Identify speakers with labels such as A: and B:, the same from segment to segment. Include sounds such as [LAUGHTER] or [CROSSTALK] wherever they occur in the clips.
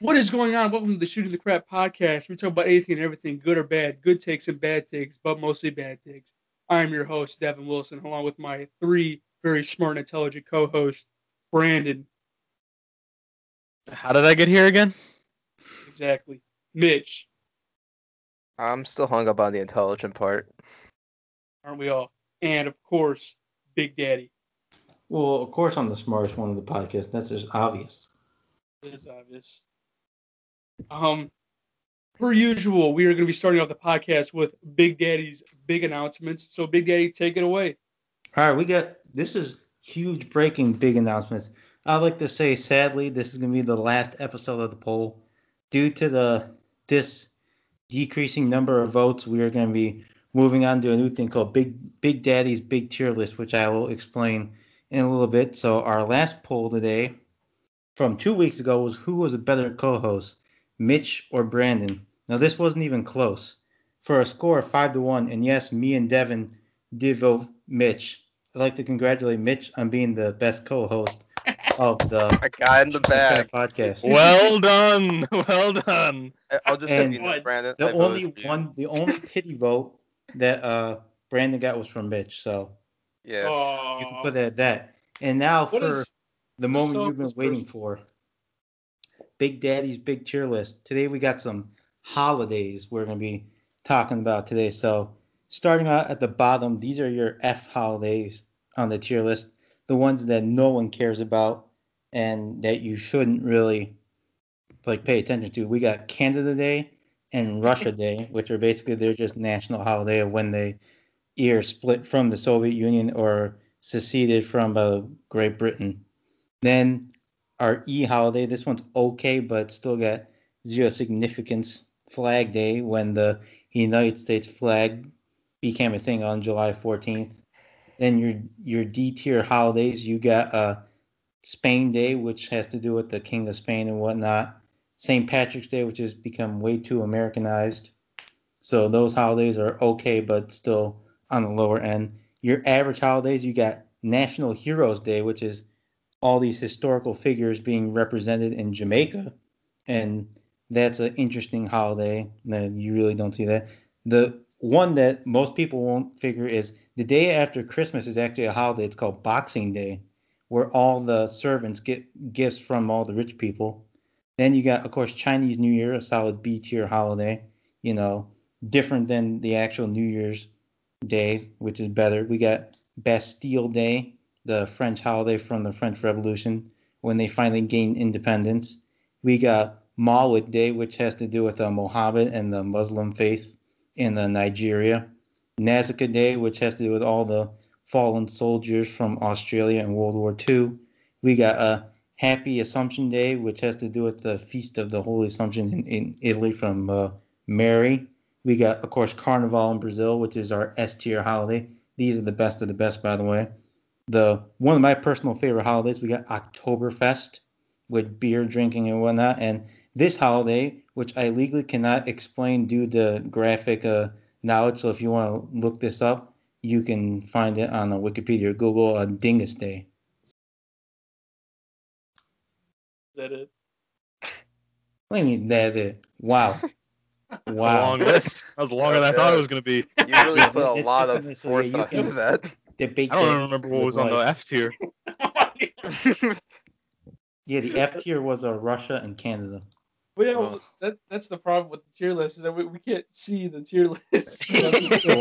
A: What is going on? Welcome to the Shooting the Crap podcast. We talk about anything and everything, good or bad, good takes and bad takes, but mostly bad takes. I'm your host, Devin Wilson, along with my three very smart and intelligent co hosts, Brandon,
B: How did I get here
C: [LAUGHS]
B: again?
A: exactly, Mitch,
D: I'm still hung up on the intelligent part.
A: aren't we all? And of course, Big Daddy.
C: Well, of course, I'm the smartest one in the podcast. That's just obvious.
A: It's obvious. Um, per usual, we are going to be starting off the podcast with Big Daddy's big announcements. So, Big Daddy, take it away.
C: All right, we got this is huge breaking big announcements. I'd like to say, sadly, this is going to be the last episode of the poll due to the this decreasing number of votes. We are going to be moving on to a new thing called Big Big Daddy's Big Tier List, which I will explain in a little bit. So, our last poll today from two weeks ago was who was a better co-host, Mitch or Brandon? Now, this wasn't even close for a score of five to one. And yes, me and Devin did vote Mitch. I'd like to congratulate Mitch on being the best co-host
A: [LAUGHS]
C: of the
D: I got in [LAUGHS] the bag.
C: podcast.
B: Well done. [LAUGHS] Well done.
D: I- I'll just say
C: And
D: you know, Brandon. I
C: The
D: voted
C: only
D: for you.
C: one, the only pity vote that uh Brandon got was from Mitch. So
D: Yes.
B: Oh.
C: you can
A: Aw,
C: put that at that. And now
A: what
C: for
A: is-
C: the moment
A: soft
C: you've been
A: is
C: waiting for. Big Daddy's big tier list. Today we got some holidays we're going to be talking about today. So, starting out at the bottom, these are your F holidays on the tier list, the ones that no one cares about and that you shouldn't really like pay attention to. We got Canada Day and Russia Day, which are basically they're just national holiday of when they either split from the Soviet Union or seceded from uh, Great Britain. Then our E holiday. This one's okay, but still got zero significance. Flag Day, when the United States flag became a thing on July 14th. Then your your D tier holidays. You got uh, Spain Day, which has to do with the King of Spain and whatnot. St. Patrick's Day, which has become way too Americanized. So those holidays are okay, but still on the lower end. Your average holidays, you got National Heroes Day, which is all these historical figures being represented in Jamaica, and that's an interesting holiday. No, you really don't see that. The one that most people won't figure is the day after Christmas is actually a holiday. It's called Boxing Day, where all the servants get gifts from all the rich people. Then you got, of course, Chinese New Year, a solid B tier holiday. You know, different than the actual New Year's Day, which is better. We got Bastille Day, the French holiday from the French Revolution when they finally gained independence. We got Mawlid Day, which has to do with uh, Mohammed and the Muslim faith in uh, Nigeria. Nazca Day, which has to do with all the fallen soldiers from Australia in World War II. We got uh, Happy Assumption Day, which has to do with the Feast of the Holy Assumption in, in Italy from uh, Mary. We got, of course, Carnival in Brazil, which is our S tier holiday. These are the best of the best, by the way the one of my personal favorite holidays. We got Oktoberfest with beer drinking and whatnot, and this holiday, which I legally cannot explain due to graphic uh, knowledge. So if you want to look this up, you can find it on uh, Wikipedia or Google. Uh, Dingus Day.
A: Is that it?
C: What do you mean that? It?
B: [LAUGHS]
C: Wow,
B: Wow.
C: wow.
B: long list. That was longer than I thought it was going to be.
C: [LAUGHS]
D: You really put a
C: It's
D: lot of
C: definitely- so yeah, you
D: forethought
C: can-
D: into that.
C: [LAUGHS] The big
B: I don't
C: day
B: even remember what was on the
C: like-
B: F tier.
C: Yeah, the F tier was uh, Russia
B: [LAUGHS]
C: and Canada.
A: Well, yeah,
B: Well-
A: well, that, that's the problem with the tier list is that we, we can't see the tier [LAUGHS]
C: [LAUGHS]
A: list.
C: So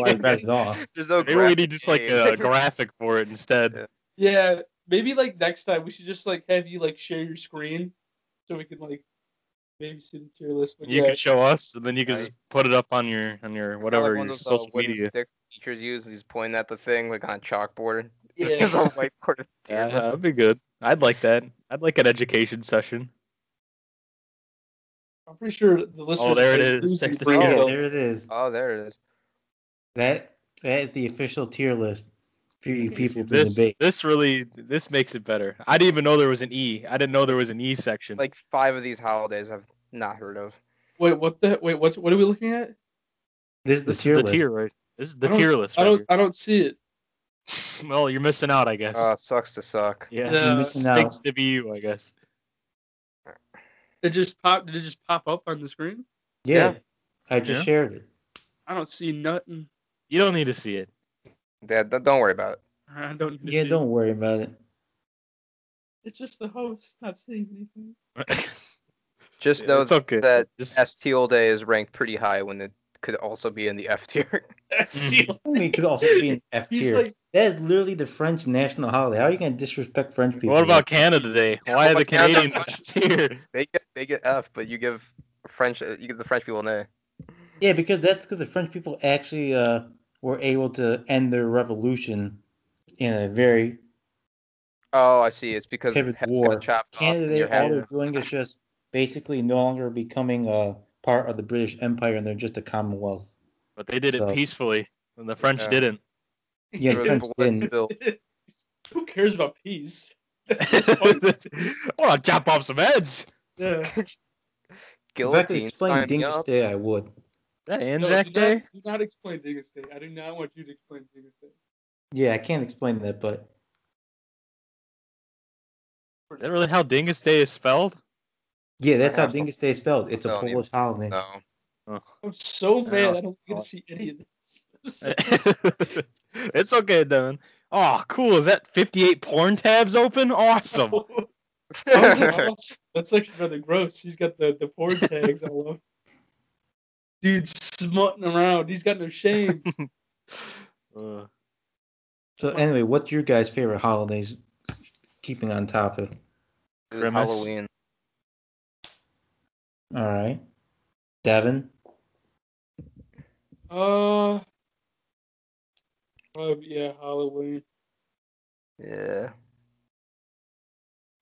C: I read it off.
D: There's no
B: Maybe we
D: graphic
B: need just like
D: aid.
B: a graphic for it instead.
A: yeah, maybe like next time we should just like have you like share your screen so we can like maybe see the tier list. But
B: You
A: yeah,
B: can show us, and then you can
D: Right.
B: just put it up on your on your
D: It's kinda like
B: whatever
D: one
B: your
D: of those, uh,
B: social
D: wooden
B: media.
D: sticks teachers use. And he's pointing at the thing like on a chalkboard. [LAUGHS]
A: yeah.
D: There's a whiteboard of
B: Yeah,
D: tears.
B: that'd be good. I'd like that. I'd like an education session.
A: I'm pretty sure the listeners.
B: Oh, there it
A: are
B: is.
A: losing
B: There's the
A: brain
B: tier.
C: Oh,
A: cells.
C: there it is.
D: Oh, there it is.
C: That that is the official tier list for you people to
B: This
C: debate.
B: this really this makes it better. I didn't even know there was an E. I didn't know there was an E section.
D: Like five of these holidays I've not heard of.
A: Wait, what the? Wait, what's what are we looking at?
C: This is the
B: this is
C: tier
B: the
C: list.
B: tier right. This is the
A: I don't
B: tier
A: s-
B: list.
A: I
B: right
A: don't.
B: here.
A: I don't see it.
B: Well, you're missing out, I
D: Oh,
B: guess.
D: Uh, sucks to suck.
B: yeah,
A: Yeah.
B: stinks to be you, I guess.
A: It just pop. Did it just pop up on the screen?
C: Yeah,
D: Yeah.
C: I just
B: Yeah.
C: shared it.
A: I don't see nothing.
B: You don't need to see it. [LAUGHS]
D: Yeah, don't don't worry about it.
A: I don't. need to
C: Yeah,
A: see it.
C: don't worry about it.
A: It's just the host not seeing
B: [LAUGHS]
A: anything.
D: Just
B: Yeah,
D: know
B: it's okay.
D: that
B: Just-
D: STL Day is ranked pretty high when it could also be in the F tier. [LAUGHS]
A: That's
B: Mhm.
A: the-
C: We could also be in F
A: He's
C: tier.
A: like-
C: that is literally the French national holiday. How are you going to disrespect French people?
B: what about Canada Day?
D: Yeah,
B: Why
D: what
B: are the
D: about Canada?
B: Canadians [LAUGHS] here?
D: They get they get F, but you give French uh, you give the French people an A.
C: Yeah, because that's because the French people actually uh, were able to end their revolution in a very
D: Oh, I see. It's because
C: Pivot
D: heads
C: war.
D: got chopped off
C: Canada
D: and
C: Day.
D: your
C: All
D: head-
C: they're doing is just basically no longer becoming a part of the British Empire, and they're just a Commonwealth.
B: But they did it
C: So-
B: peacefully, and the French
D: Yeah.
B: didn't. [LAUGHS]
D: [LAUGHS]
C: Yeah,
D: there
C: the
D: was
C: French
D: blood
C: didn't.
D: spilled.
A: [LAUGHS] Who cares about peace?
B: I want to chop off some heads.
A: Yeah.
C: If I could
D: Guillotine.
C: explain
D: sign me
C: Dingus
D: up.
C: Day, I would.
B: That
A: No,
B: Anzac
A: do
B: Day?
A: Not, do not explain Dingus Day. I do not want you to explain Dingus Day.
C: Yeah, I can't explain that, but
B: Is that really how Dingus Day is spelled? [LAUGHS]
C: yeah, that's how
D: Perhaps.
C: Dingus Day is spelled. It's a
D: No, neither.
C: Polish holiday.
D: No.
C: [LAUGHS]
A: I'm so mad. I don't get
B: Oh.
A: to see any of this. [LAUGHS]
B: it's okay, Devin. Oh, cool. Is that 58 porn tabs open?
D: [LAUGHS]
B: Awesome.
A: I was like, oh, [LAUGHS] that's actually rather gross. He's got the the porn tags all over. Dude, smutting around. He's got no shame.
B: Uh,
C: So anyway, what's your guys' favorite holidays? Keeping on topic.
D: Dude,
B: Grimace.
D: Halloween.
C: All right, Devin.
A: Uh, probably, yeah, Halloween.
D: Yeah.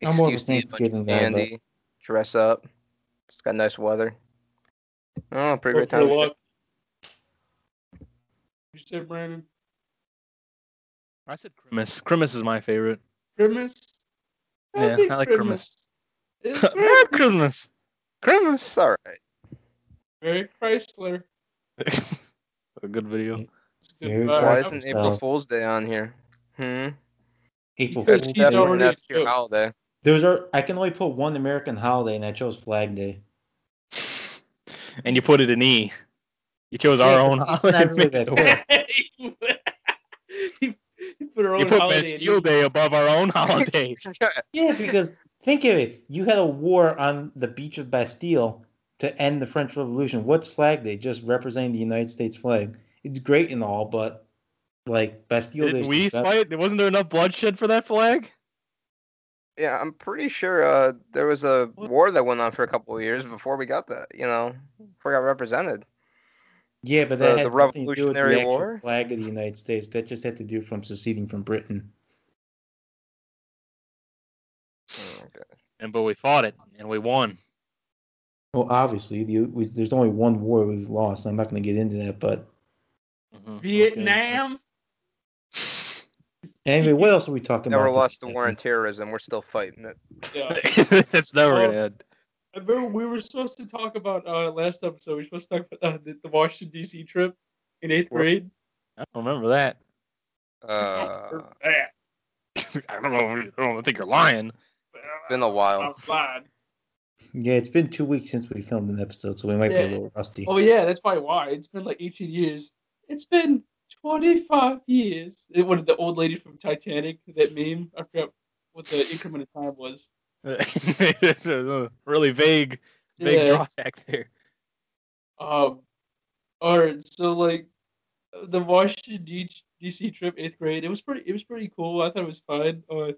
C: I'm more of a
D: Excuse to eat a bunch
C: Thanksgiving
D: of
C: guy, but-
D: candy, dress up. It's got nice weather. Oh, pretty
A: Go
D: great
A: for a
D: time.
A: walk. You said Brandon
B: I said Grimace. Grimace is my favorite. [LAUGHS]
A: Grimace.
B: Yeah,
A: think
B: I like
A: It's very,
B: [LAUGHS] Christmas. Grimace.
D: It's all right.
A: very Chrysler.
B: [LAUGHS] A good video.
A: It's good
C: Very
A: vibes.
C: All
D: Why
C: right.
D: isn't April
C: So-
D: Fool's Day on here? Hmm.
C: April
A: Because
C: Fool's
A: he's
C: Day.
A: already-
D: definitely an
A: joke.
D: your holiday. [LAUGHS]
C: Those are I can only put one American holiday, and I chose Flag Day.
B: And you put it in E. You chose our
C: Yeah,
B: own
C: it's
B: holiday.
C: not
B: to
C: really
B: make it [LAUGHS]
C: that
B: work.
C: bad.
A: [LAUGHS] he, he put her own
B: You put
A: holiday in
B: Bastille
A: it.
B: Day above our own
C: [LAUGHS]
B: holiday.
C: Yeah, because think of it. You had a war on the beach of Bastille to end the French Revolution. What's Flag Day? Just representing the United States flag. It's great and all, but like Bastille Day.
B: Did
C: is
B: we
C: just better.
B: fight? Wasn't there enough bloodshed for that flag?
D: yeah, I'm pretty sure uh, there was a
A: What?
D: war that went on for a couple of years before we got that. You know, before we got represented.
C: Yeah, but
D: the- the
C: that had nothing to do with the
D: Revolutionary
C: actual
D: War?
C: flag of the United States. That just had to do from seceding from Britain.
D: Oh, okay.
B: And but we fought it and we won.
C: Well, obviously, the, we, there's only one war we've lost. I'm not going to get into that, but
B: Mhm,
A: Vietnam.
C: anyway, what else are we talking
D: Never
C: about?
D: lost the
C: today?
D: war on terrorism. We're still
A: [LAUGHS]
D: fighting it.
A: Yeah.
B: okay. [LAUGHS] That's never
A: Well-
B: gonna end.
A: I remember we were supposed to talk about uh, last episode. We were supposed to talk about uh, the, the Washington D.C. trip in eighth
D: Well,
A: grade.
B: I don't remember that. [LAUGHS]
D: Uh,
A: Or- eh,
B: I don't know. I don't think you're lying. [LAUGHS]
D: been a
A: uh, I'm
D: while.
A: fine.
C: [LAUGHS] Yeah, it's been two weeks since we filmed an episode, so we might be
A: Yeah.
C: a little rusty.
A: [LAUGHS] Oh yeah, that's probably why. It's been like 18 years. It's been 25 years. It was the old lady from Titanic. That meme. I forgot what the increment of time was.
B: it's a really vague, vague
A: Yeah.
B: drawback there.
A: Um, all right, so like the Washington D- D.C. trip, eighth grade, it was pretty. It was pretty cool. I thought it was fun. Uh,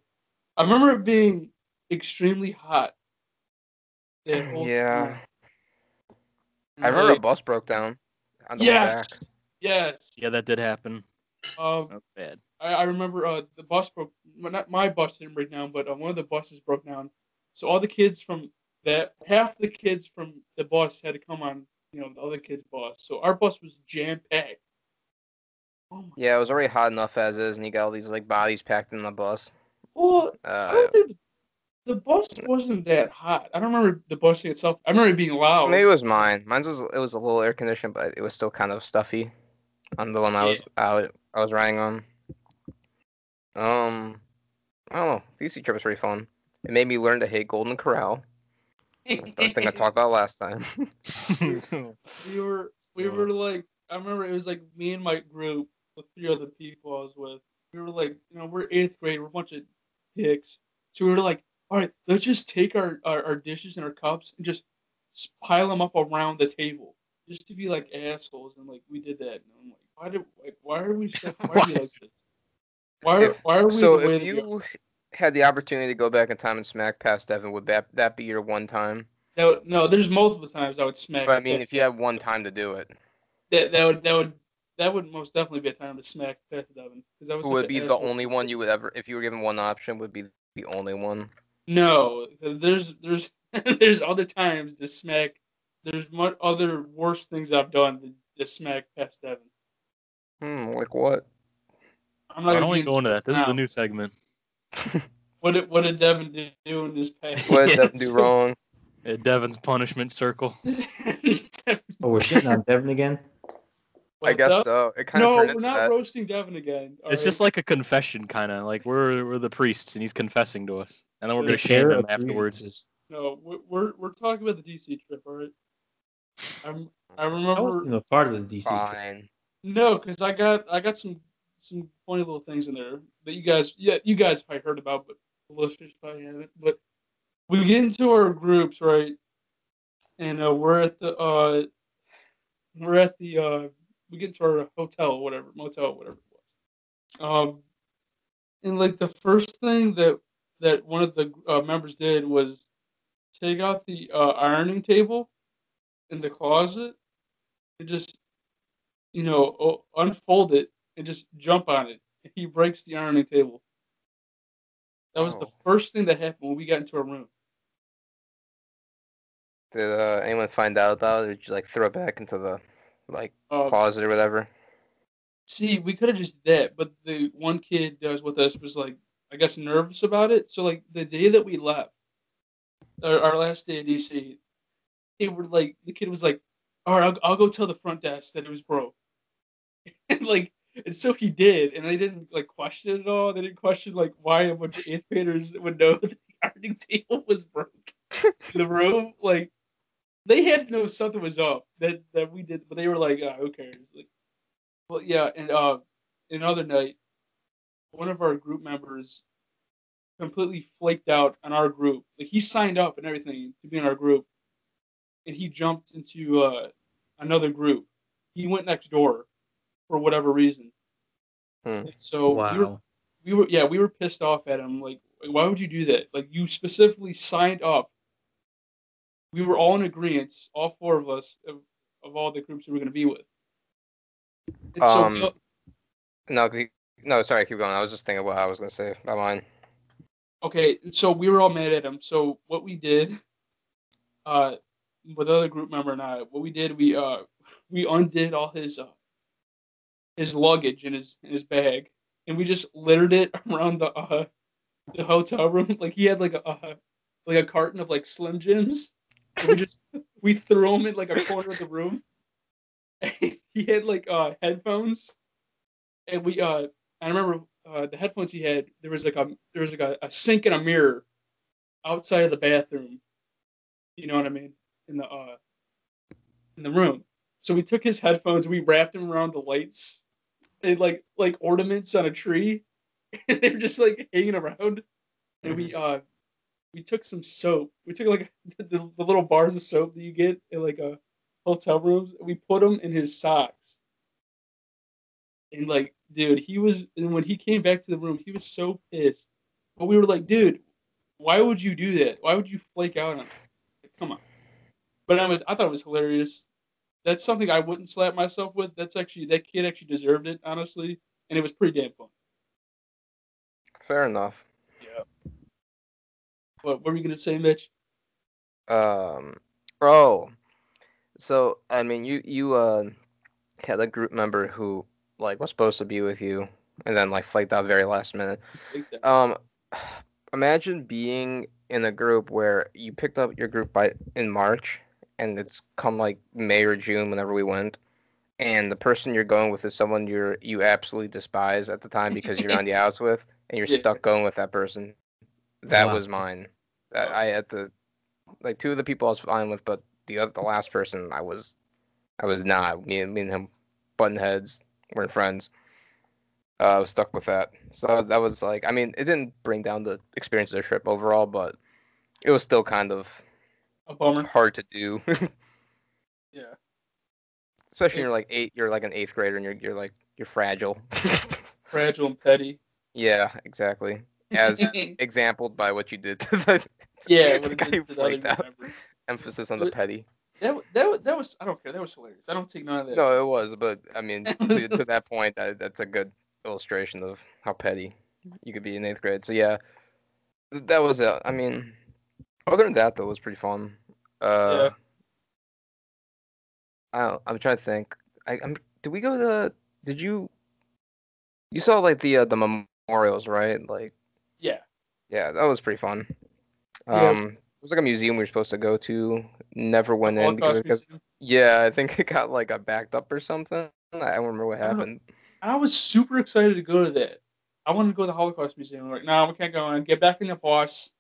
A: I remember it being extremely hot. that whole
D: Yeah.
A: time.
D: I remember a
A: Like,
D: bus broke down on the way back.
A: yes, yes.
B: Yeah, that did happen.
A: Um,
B: That's [LAUGHS] bad.
A: I, I remember uh, the bus broke. well, Not my bus didn't break down, but uh, one of the buses broke down. So all the kids from that half the kids from the bus had to come on, you know, the other kids' bus. So our bus was jam packed. Oh my!
D: Yeah, it was already hot enough as is, and you got all these like bodies packed in the bus.
A: Well, I
D: Uh,
A: don't think the bus wasn't that hot. I don't remember the busing itself. I remember it being loud.
D: maybe it was mine. Mine was it was a little air conditioned, but it was still kind of stuffy. On the one I
A: Yeah.
D: was out, I was riding on. Um, I don't know. DC trip was pretty fun. It made me learn to hate Golden Corral. the thing I talked about last time.
A: we were we
B: Yeah.
A: were like I remember it was like me and my group with three other people I was with. We were like, you know, we're eighth grade, we're a bunch of hicks. So we were like, all right, let's just take our, our, our dishes and our cups and just s- pile them up around the table. Just to be like assholes and like we did that. And I'm like, why did like why are we so- why are
D: [LAUGHS]
A: we like this? Why are,
D: If-
A: why are we
D: so
A: the way
D: if
A: that we are?
D: you had the opportunity to go back in time and smack past Devin, would that that be your one time?
A: No, no, there's multiple times I would smack.
D: But I mean,
A: That's-
D: if you had one time to do it,
A: that that would that would that would most definitely be a time to smack Beth Devin because that was
D: who
A: such
D: would
A: an
D: be the
A: asshole.
D: only one you would ever, if you were given one option, would be the only one?
A: No, there's there's [LAUGHS] there's other times to smack. E There's much other worse things I've done to, to smack Beth E Devin.
D: Hmm, like
A: [LAUGHS]
D: what?
A: I'm not
B: I
A: gonna
B: don't
A: be-
B: even go into that. This is
A: Wow.
B: the new segment.
A: what did, what did Devin do- do in this past? [LAUGHS]
D: What did Devin
B: Yes.
D: do wrong?
B: Uh, Devin's punishment circle.
C: Oh, we're
B: [LAUGHS]
C: shitting on Devin again.
D: I
A: What's
D: guess
A: up?
D: so. It kind of
A: No,
D: turned
A: we're
D: into
A: not
D: that.
A: roasting Devin again. all
B: It's
A: right?
B: just like a confession, kind of like we're we're the priests, and he's confessing to us, and then we're
A: The
B: gonna shame
C: Pair
B: him
C: of
B: afterwards.
C: grievances.
A: no, we're, we're we're talking about the DC trip, all right? I'm I
C: I
A: remember
C: wasn't even a part of the DC. trip.
D: Fine.
A: No, because I got I got some some funny little things in there that you guys yeah you guys probably heard about, but the listeners probably haven't. But we get into our groups right, and uh, we're at the uh we're at the uh we get to our hotel whatever motel whatever it was, um, and like the first thing that that one of the uh, members did was take out the uh, ironing table in the closet and just you know, o- unfold it and just jump on it. And he breaks the ironing table. That was the
D: Oh.
A: first thing that happened when we got into our room.
D: Did uh, anyone find out about it? Or did you like throw it back into the like
A: Uh,
D: closet or whatever?
A: see, we could have just did that, but the one kid that was with us was like, I guess, nervous about it. So, like, the day that we left, our, our last day at DC, they were like, the kid was like, All right, I'll, I'll go tell the front desk that it was broke. [LAUGHS] and, like, and so he did, and they didn't like question it at all. They didn't question like why a bunch of eighth graders would know that the [LAUGHS] ironing table was broke in the room. Like they had to know something was up that that we did, but they were like, oh, "Who cares?" Like, well, yeah, and uh, another night, one of our group members completely flaked out on our group. Like he signed up and everything to be in our group, and he jumped into uh, another group. He went next door for whatever reason.
D: Hmm.
B: Oh,
A: So we were
B: [LAUGHS]
C: Wow. [LAUGHS]
A: we were yeah we were pissed off at him like, like, why would you do that like you specifically signed up we were all in agreement all four of us of, of all the groups we were going to be with and
D: Um,
A: so
D: No, he- no, sorry, keep going. I was just thinking what I was gonna say. My mind.
A: okay and so we were all mad at him so what we did uh with the other group member and i what we did we uh [LAUGHS] we undid all his uh his luggage in his in his bag and we just littered it [LAUGHS] around the uh the hotel room [LAUGHS] like he had like a uh, like a carton of like slim jims and we just [LAUGHS] we threw him in like a corner of the room [LAUGHS] he had like uh headphones and we uh i remember uh the headphones he had there was like a there was like a, a sink and a mirror outside of the bathroom you know what i mean in the uh in the room so we took his headphones we wrapped him around the lights and like like ornaments on a tree [LAUGHS] and they were just like hanging around and we uh we took some soap we took like [LAUGHS] the, the little bars of soap that you get in like a hotel rooms and we put them in his socks and like dude he was and when he came back to the room he was so pissed but we were like dude why would you do that why would you flake out on him like, come on but i was i thought it was hilarious that's something i wouldn't slap myself with that's actually that kid actually deserved it honestly and it was pretty damn fun
D: Fair enough.
A: what, what were you gonna say mitch
D: Um, oh, so I mean, you you uh had a group member who like was supposed to be with you, and then like flaked out very last minute.
A: Like that.
D: Um, [SIGHS] imagine being in a group where you picked up your group by in March, and it's come like May or June whenever we went, and the person you're going with is someone you're you absolutely despise at the time because you're on the outs
C: [LAUGHS]
D: with, and you're
A: Yeah.
D: stuck going with that person. That
C: Oh, Wow.
D: was mine. That I had to Like two of the people I was fine with, but the other, the last person I was, I was not. Me and me and him, button heads, weren't friends. Uh, I was stuck with that. So that was like, I mean, it didn't bring down the experience of the trip overall, but it was still kind of
A: A bummer.
D: hard to do, [LAUGHS]
A: Yeah.
D: especially when you're like eight, you're like an eighth grader, and you're you're like you're fragile. [LAUGHS]
A: Fragile and petty.
D: yeah, exactly. As exampled by what you did [LAUGHS] to the
A: [LAUGHS] yeah,
D: the
A: what it
D: [LAUGHS] guy
A: did
D: who
A: to the other
D: freaked out.
A: member.
D: emphasis on the petty.
A: That, wa- that, wa- that was, I don't care. That was hilarious. I don't take none of that.
D: No, it was, but I
A: [LAUGHS]
D: mean,
A: It
D: to,
A: was-
D: to that point, that, that's a good illustration of how petty you could be in eighth grade. So yeah, th- that was it. I mean, other than that, though, it was pretty fun. Uh, I don't, I'm trying to think. I, I'm. Did we go to? Did you? You saw like the uh, the memorials, right? Like,
A: Yeah.
D: yeah, that was pretty fun.
A: Yeah.
D: Um, it was like a museum we were supposed to go to. Never went
A: Oh,
D: in because,
A: Holocaust
D: because
A: Museum.
D: yeah, I think [LAUGHS] it got like got backed up or something. I don't remember what
A: I don't-
D: happened.
A: I was super excited to go to that. I wanted to go to the Holocaust Museum. Like, no, we can't go on. Get back in the bus.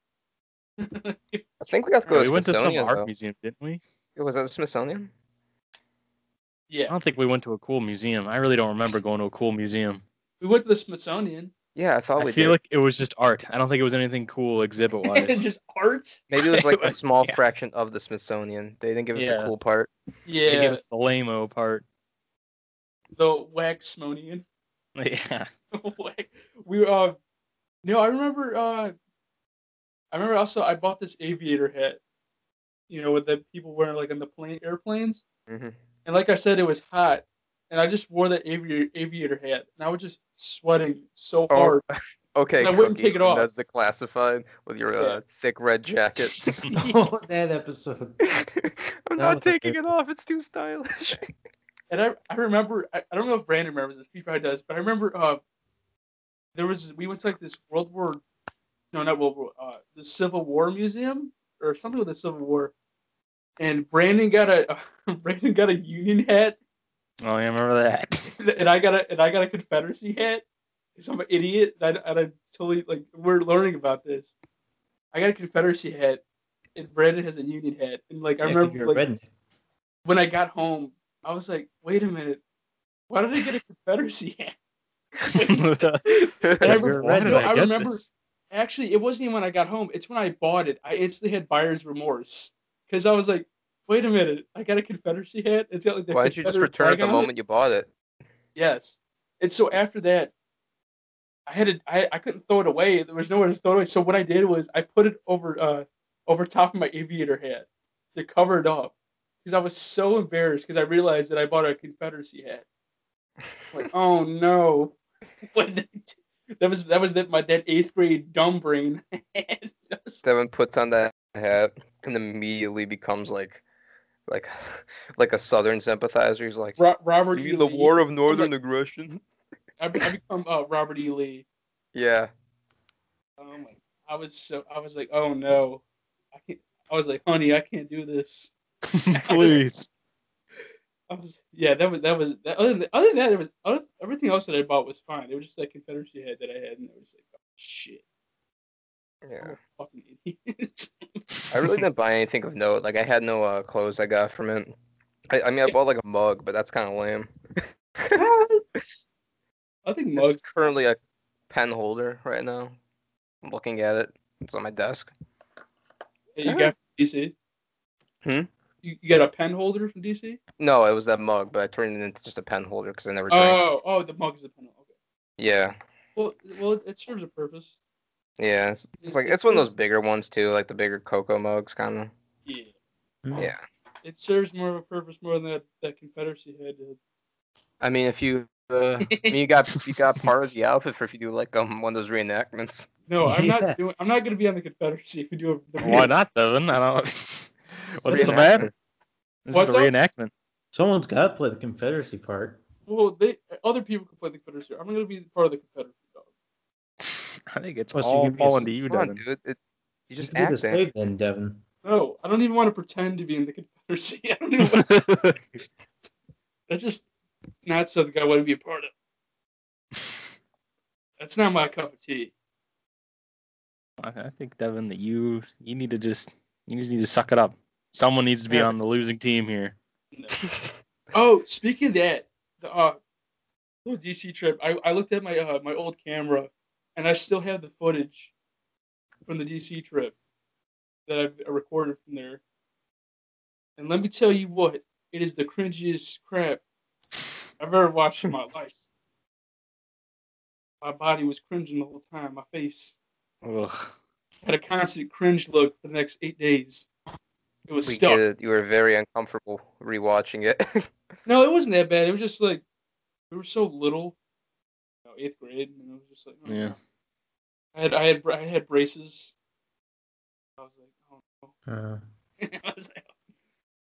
D: I think we got to go
B: Yeah,
D: to
B: we went to some
D: Smithsonian.
B: art
D: though.
B: museum, didn't we?
D: It was at the Smithsonian.
B: I
A: Yeah,
B: don't think we went to a cool museum. I really don't remember going to a cool museum.
A: we went to the Smithsonian.
D: Yeah, I thought
B: I
D: we
B: feel
D: did.
B: like it was just art. I don't think it was anything cool
A: [LAUGHS]
B: exhibit wise.
A: just art.
B: [LAUGHS]
D: Maybe it was like a small
B: Yeah.
D: fraction of the Smithsonian. They didn't give us the
B: Yeah.
D: cool part.
B: They gave
A: Yeah,
B: us the lame-o part. [LAUGHS]
A: the Waxmonian. [LAUGHS]
B: Yeah.
A: Like, we were. Uh, no, I remember. Uh, I remember also. I bought this aviator hat. You know, with the people wearing like in the plane airplanes.
B: Mm-hmm.
D: hmm
A: And like I said, it was hot, and I just wore that aviator aviator hat, and I was just sweating so
D: Oh,
A: hard.
D: Okay,
A: I wouldn't take it
D: from
A: off.
D: That's the classified with your uh,
A: Yeah.
D: thick
B: [LAUGHS]
D: red jacket. [LAUGHS]
C: Oh, that episode.
D: I'm
C: That
D: not
C: was a
D: taking it
C: good
D: off. It's
A: [LAUGHS]
D: too stylish.
A: And I, I remember, I, I don't know if Brandon remembers this, he probably does, but I remember uh, there was, we went to like this World War, no, not World War, uh, the Civil War Museum or something with the Civil War. And Brandon got a, [LAUGHS] Brandon got a Union hat
B: Oh, yeah, I
A: [LAUGHS]
B: remember that. [LAUGHS]
A: and I got a, and I got a Confederacy hat. Cause I'm an idiot. And I, and I totally, like, we're learning about this. I got a Confederacy hat and Brandon has a Union hat. And like, I
C: Yeah, 'cause
A: remember,
C: you're
A: like,
C: redneck.
A: when I got home, I was like, wait a minute, why did I get a Confederacy [LAUGHS] hat? I
D: [LAUGHS]
B: You're
A: remember-
B: right,
A: no, I
B: get [LAUGHS]
A: remember- [LAUGHS]
B: this?
A: Actually, it wasn't even when I got home, it's when I bought it. I instantly had buyer's remorse because I was like, wait a minute, I got a Confederacy hat. It's got like the
D: Why didn't you just
A: Confederate
D: return
A: flag
D: it the
A: on
D: moment you bought it?
A: Yes. And so after that, I had it. I I couldn't throw it away. There was nowhere to throw it away. So what I did was I put it over uh over top of my aviator hat to cover it up because I was so embarrassed because I realized that I bought a Confederacy hat. I'm like oh no, [LAUGHS] what? did I do? That was that was that my that eighth grade dumb brain. [LAUGHS] That was-
D: Devin puts on that hat and immediately becomes like, like, [SIGHS] like a Southern sympathizer. He's like,
A: Ro-
D: "You
A: Robert E.
D: mean the
A: Lee.
D: War of Northern Aggression?"
A: I, I become uh, Robert E. Lee.
D: Yeah.
A: Oh my! I was so I was like, oh no, I can't. I was like, honey, I can't do this.
B: Please.
A: I was yeah. That was that was that, other than other than that, it was other, everything else that I bought was fine. It was just that Confederacy head that I had, and I was like, oh, shit,
D: Yeah.
A: I'm a fucking idiot. [LAUGHS]
D: I really didn't buy anything of note. Like I had no uh, clothes I got from it. I, I mean, I bought like a mug, but that's kind of lame.
A: I think mugs.
D: [LAUGHS] It's currently a pen holder right now. I'm looking at it. It's on my desk.
A: that you got from DC.
D: Hmm?
A: You, you got a pen holder from DC?
D: No, it was that mug, but I turned it into just a pen holder because I never drank.
A: Oh, oh, the mug is a pen. holder. Okay.
D: yeah,
A: Well, well, it, it serves a purpose.
D: yeah. It's, it's like
A: It-
D: it's one of those
A: it-
D: bigger ones too, like the bigger cocoa mugs, kind of.
A: Yeah,
D: Yeah.
A: it serves more of a purpose more than that, that Confederacy head did.
D: I mean, if you, uh, I mean, you got you got part of the outfit for if you do like um one of those reenactments.
A: No, I'm
C: Yeah.
A: not doing. I'm not going to be on the Confederacy if we do a.
B: Why not, Devin? I don't. [LAUGHS] What's the
D: Reenactment.
B: matter? This
A: What's
B: is a
A: up?
B: reenactment. [LAUGHS]
C: Someone's got to play the Confederacy part.
A: Well, they other people can play the Confederacy. I'm going to be part of the Confederacy. Dog.
B: I think it's
C: Plus, you
B: all
C: give me a
B: falling
C: s-
B: to you,
D: Come on,
B: Devin.
D: dude. It, you
C: You
D: just
C: could be
D: act
C: the
D: in.
C: slave then, Devin.
A: No, I don't even want to pretend to be in the Confederacy. [LAUGHS] I don't even. Want, that's just not something I want to be a part of. That's not my cup of tea.
B: I I think Devin that you you need to just You just need to suck it up. Someone needs to be
A: Yeah.
B: on the losing team here.
A: Oh, speaking of that, the uh, little DC trip, I, I looked at my uh, my old camera, and I still have the footage from the DC trip that I've I recorded from there. And let me tell you what, it is the cringiest crap I've ever watched in my life. My body was cringing the whole time. My face
B: Ugh.
A: had a constant cringe look for the next eight days. It was
D: We
A: stuck.
D: get it. You were very uncomfortable rewatching it. [LAUGHS]
A: No, it wasn't that bad. It was just like we were so little, you know, eighth grade, and it was just like oh,
B: Yeah.
A: I had I had bra- I had braces. I was like, oh no.
C: Uh,
A: [LAUGHS] I was like,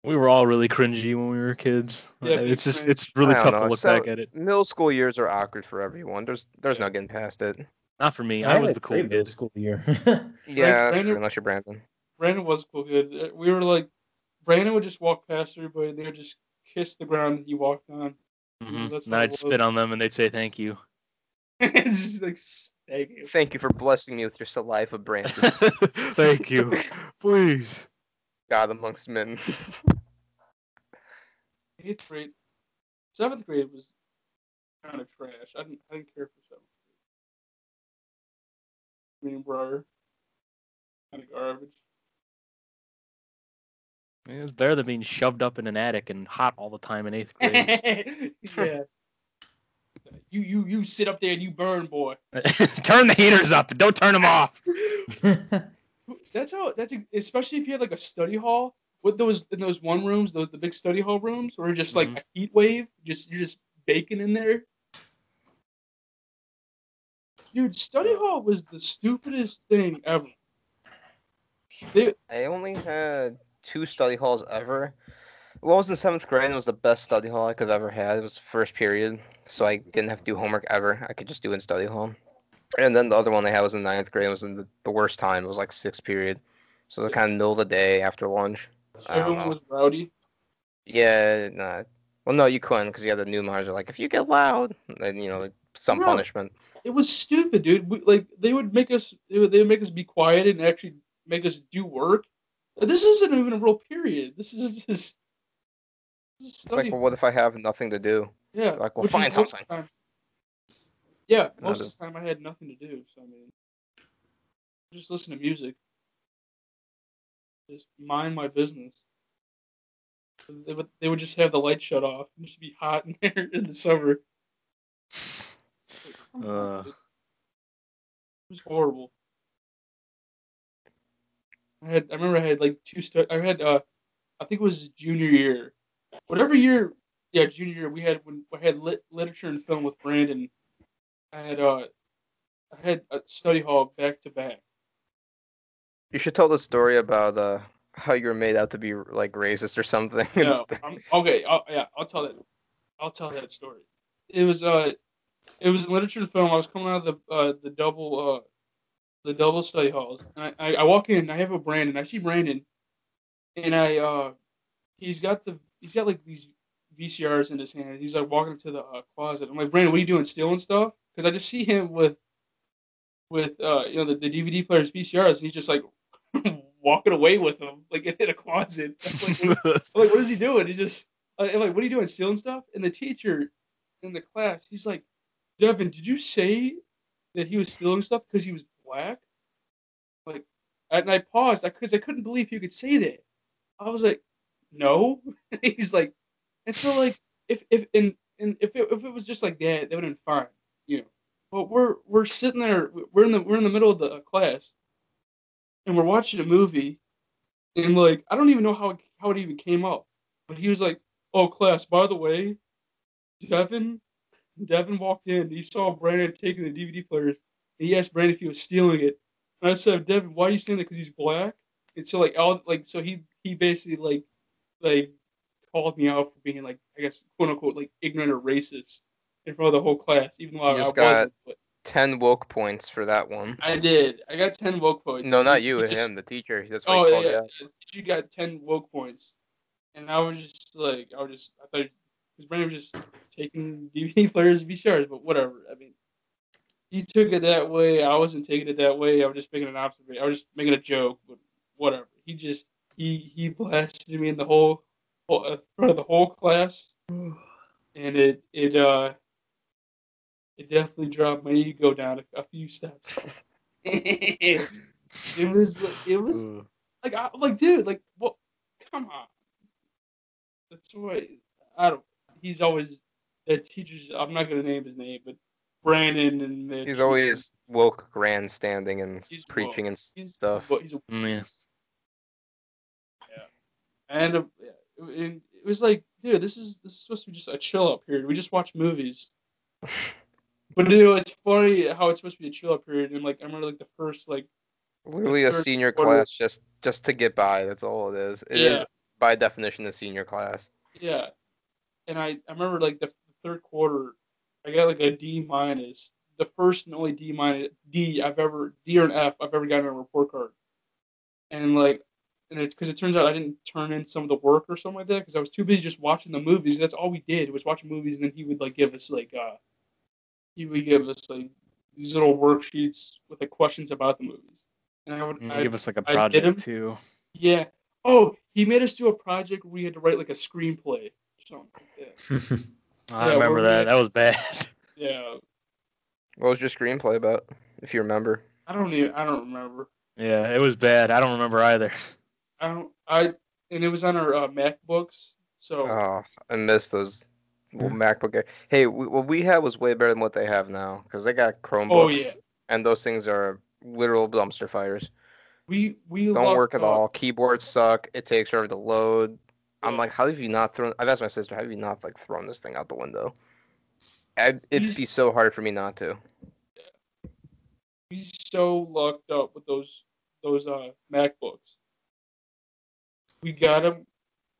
B: We were all really cringy when we were kids.
A: Yeah, big
B: it's just
A: cringe.
B: it's really
D: I don't
B: tough to
D: know,
B: look
D: so-
B: back at it.
D: Middle school years are awkward for everyone. There's there's no getting past it.
B: Not for me. I,
C: had
B: was
C: a
B: the cool
C: great middle
B: kid.
C: school
B: [LAUGHS]
C: year. [LAUGHS]
D: Yeah, that's
A: Brandon-
D: true, unless you're Brandon.
A: Brandon was cool. Good. We were like, Brandon would just walk past everybody. They would just kiss the ground that he walked on. [LAUGHS]
B: Mhm.
A: That's
B: And
A: what it
B: I'd
A: was.
B: spit on them and they'd say
A: [LAUGHS]
B: thank you.
A: it's just like, "S- thank you.
D: Thank you for blessing me with your saliva,
B: [LAUGHS]
D: Brandon.
B: thank you.
A: [LAUGHS]
B: Please.
D: God amongst men.
A: Eighth grade, seventh grade was kind of trash. I didn't I didn't care for seventh grade. Me and Briar, kind of garbage.
B: It was better than being shoved up in an attic and hot all the time in eighth grade. [LAUGHS]
A: [LAUGHS] yeah. You you you sit up there and you burn, boy.
B: turn the heaters up. Don't turn them off.
A: That's how. That's especially if you had like a study hall with those in those one rooms, those the big study hall rooms, or just like
D: Mm-hmm.
B: Mhm.
A: a heat wave. Just you're just baking in there. Dude, study hall was the stupidest thing ever. They,
D: I only had two study halls ever. Well, I was in seventh grade and it was the best study hall I could have ever had. It was first period, so I didn't have to do homework ever. I could just do it in study hall. And then the other one I had was in ninth grade. It was in the, the worst time. It was like sixth period. So the kind of middle of the day after lunch. I don't
A: everyone
D: know.
A: was rowdy.
D: Yeah, nah. Well, no, you couldn't because you had the new monitor. Like, if you get loud, then, you know, like, some
A: No.
D: punishment.
A: It was stupid, dude. We, like they would make us, they would, they would make us be quiet and actually make us do work. This isn't even a real period. This is just. This is
D: It's like,
A: study
D: well, what if I have nothing to do?
A: Yeah.
D: Like, we'll
A: which is
D: find
A: most of the
D: something.
A: time- Yeah,
D: No,
A: most of
D: just-
A: the time I had nothing to do, so I mean, just listen to music, just mind my business. They would, they would just have the light shut off and just be hot in [LAUGHS] there in the summer. Like,
B: Uh.
A: It was horrible. I had I remember I had like two stu- I had uh I think it was junior year, whatever year. Yeah, junior year we had when I had lit, literature and film with Brandon. I had uh I had a study hall back to back.
D: You should tell the story about uh, how you were made out to be, like, racist or something. [LAUGHS]
A: No, I'm, okay, I'll, yeah, I'll tell that. I'll tell that story. It was uh, it was literature and film. I was coming out of the uh, the double uh, the double study halls, and I, I, I walk in. I have a Brandon. I see Brandon, and I uh, he's got the he's got like these VCRs in his hand. He's like walking to the uh, closet. I'm like Brandon, what are you doing, stealing stuff? Because I just see him with with uh, you know the, the DVD player's VCRs, and he's just like [LAUGHS] walking away with them, like in a closet. I'm like,
B: [LAUGHS]
A: I'm [LAUGHS] like, what is he doing? He just, I'm like, what are you doing? Stealing stuff? And the teacher in the class, he's like, Devin, did you say that he was stealing stuff because he was black? Like, and I paused because I couldn't believe you could say that. I was like, no. [LAUGHS] he's like, and so like, if if and and if it, if it was just like that, that would have been fine, you know. But we're we're sitting there, we're in the we're in the middle of the class, and we're watching a movie, and like I don't even know how it, how it even came up, but he was like, "Oh, class, by the way, Devin, Devin walked in. He saw Brandon taking the DVD players, and he asked Brandon if he was stealing it. And I said, Devin, why are you stealing it? Because he's black. And so like all like so he he basically like like called me out for being like I guess quote unquote like ignorant or racist in front of the whole class, even though
D: You
A: I, I
D: just got-
A: wasn't. But
D: 10 woke points for that one.
A: I did. I got ten woke points.
D: No, not
A: He-
D: you,
A: he
D: and
A: just-
D: him, the teacher. That's what
A: Oh
D: he called
A: yeah,
D: you
A: yeah.
D: out.
A: yeah. You got ten woke points, and I was just like, I was just, I thought, because Brandon was just taking DVD [LAUGHS] players and VCRs, but whatever. I mean, he took it that way. I wasn't taking it that way. I was just making an observation. I was just making a joke, but whatever. He just he he blasted me in the whole, whole in front of the whole class, and it it uh it definitely dropped my ego down a, a few
D: [LAUGHS]
A: steps. it was it was
B: Ooh.
A: like I, like dude like what? Come on, that's why I don't. He's always that teacher's. I'm not gonna name his name, but Brandon and Mitch.
D: He's always woke grandstanding and
A: He's
D: preaching and s-
A: he's,
D: stuff.
A: But he's a
B: [LAUGHS] Mm, yeah.
A: And uh, and it was like, dude, this is this is supposed to be just a chill out period. We just watch
D: [LAUGHS]
A: movies. but you know, it's funny how it's supposed to be a chill out period. And like, I remember like the first like,
D: Literally a
A: third
D: senior
A: quarter-
D: class just just to get by. That's all it is. It is
A: Yeah.
D: by definition a senior class.
A: yeah. And I I remember like the third quarter, I got like a D minus, the first and only D minus D I've ever D or an F I've ever gotten on a report card. And like. And it because it turns out I didn't turn in some of the work or something like that because I was too busy just watching the movies. That's all we did was watching movies, and then he would like give us like uh, he would give us like these little worksheets with like questions about the movies. And I would
B: Mm,
A: I,
B: Give us like a
A: I did him.
B: project too.
A: yeah. Oh, he made us do a project where we had to write like a screenplay or something like that.
B: I
A: Yeah,
B: remember
A: we're
B: that.
A: gonna-
B: That was bad.
A: Yeah.
D: What was your screenplay about, if you remember?
A: I don't even I don't remember.
B: yeah, it was bad. I don't remember either. [LAUGHS]
A: I don't I and it was on our uh, MacBooks. So
D: Oh, I miss those well, MacBook. Air- Hey, we, what we had was way better than what they have now because they got Chromebooks.
A: oh yeah.
D: And those things are literal dumpster fires.
A: We we
D: Don't
A: lucked
D: work at
A: out.
D: all. Keyboards suck. It takes forever to load. I'm
A: Yeah.
D: like, how have you not thrown? I've asked my sister, how have you not like thrown this thing out the window? I'd, it'd
A: He's-
D: be so hard for me not to.
A: we so lucked up with those those uh MacBooks. We got them,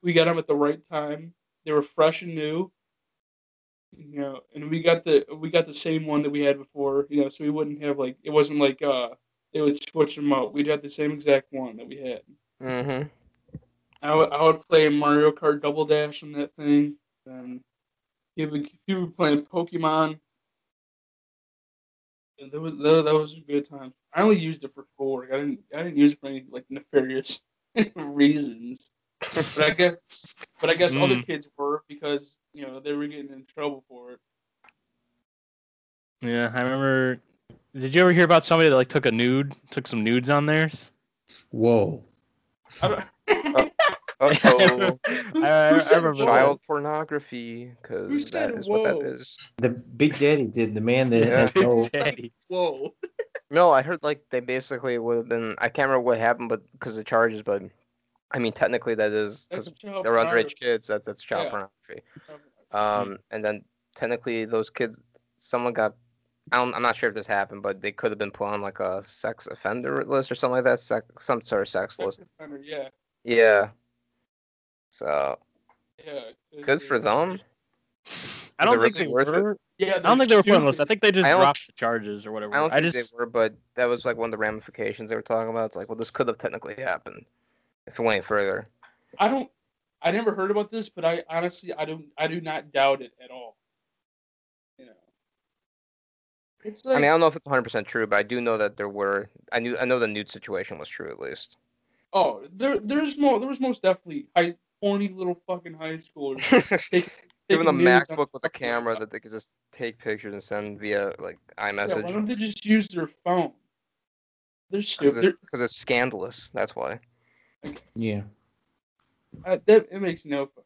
A: we got them at the right time. They were fresh and new. You know, and we got the we got the same one that we had before. You know, so we wouldn't have like it wasn't like uh they would switch them out. We'd have the same exact one that we had.
D: Mm-hmm.
A: I would I would play Mario Kart Double Dash on that thing. And he would he would be playing Pokemon. And that was that, that was a good time. I only used it for schoolwork. I didn't I didn't use it for any like nefarious [LAUGHS] reasons. But I guess but I guess other
B: Mm.
A: kids were because you know they were getting in trouble for it.
B: Yeah, I remember. Did you ever hear about somebody that like took a nude, took some nudes on theirs? [LAUGHS]
C: Whoa.
A: I don't, Uh, [LAUGHS]
D: Uh-oh.
A: Who-
B: I,
A: who
B: I
A: said
B: remember. that.
D: Oh. Child pornography,
A: Who
D: because
A: said
D: that is what that
A: whoa?
D: is.
C: The Big Daddy did the man that
D: Yeah.
B: [LAUGHS]
D: [LAUGHS]
C: had no.
B: Daddy.
A: Whoa!
D: No, I heard like they basically would have been. I can't remember what happened, but because the charges, but I mean technically that is
A: That's
D: because
A: child
D: they're underage
A: pornography.
D: kids. That that's child
A: Yeah.
D: pornography.
A: Mm-hmm.
D: Um, and then technically those kids, someone got. I don't, I'm not sure if this happened, but they could have been put on like a sex offender list or something like that. Sex, some sort of sex
A: Sex
D: list.
A: offender, Yeah,
D: Yeah. So
A: yeah. 'cause
D: good for
A: they-
D: them.
B: I don't
D: Is
B: think
D: it really
B: they
D: worth it?
B: were.
A: Yeah,
B: I don't think they were put on the list. I
A: stupid.
B: think they just
D: I don't-
B: dropped the charges or whatever.
D: I don't
B: I,
D: think
B: just
D: they were, but that was like one of the ramifications they were talking about. It's like, well, this could have technically happened if it went further.
A: I don't. I never heard about this, but I honestly, I don't. I do not doubt it at all. You know, it's like
D: I mean, I don't know if it's 100 percent true, but I do know that there were. I knew. I know the nude situation was true
A: [LAUGHS]
D: at least.
A: oh, there, there's more. There was most definitely high, horny little fucking high schoolers. taking
D: Even the
A: nudes on-
D: MacBook with a camera that they could just take pictures and send via like
A: Yeah, why don't
D: iMessage
A: they just use their phone? They're stupid.
D: because
A: They're,
D: it's scandalous. That's why.
C: Yeah.
A: uh, that it makes no fun.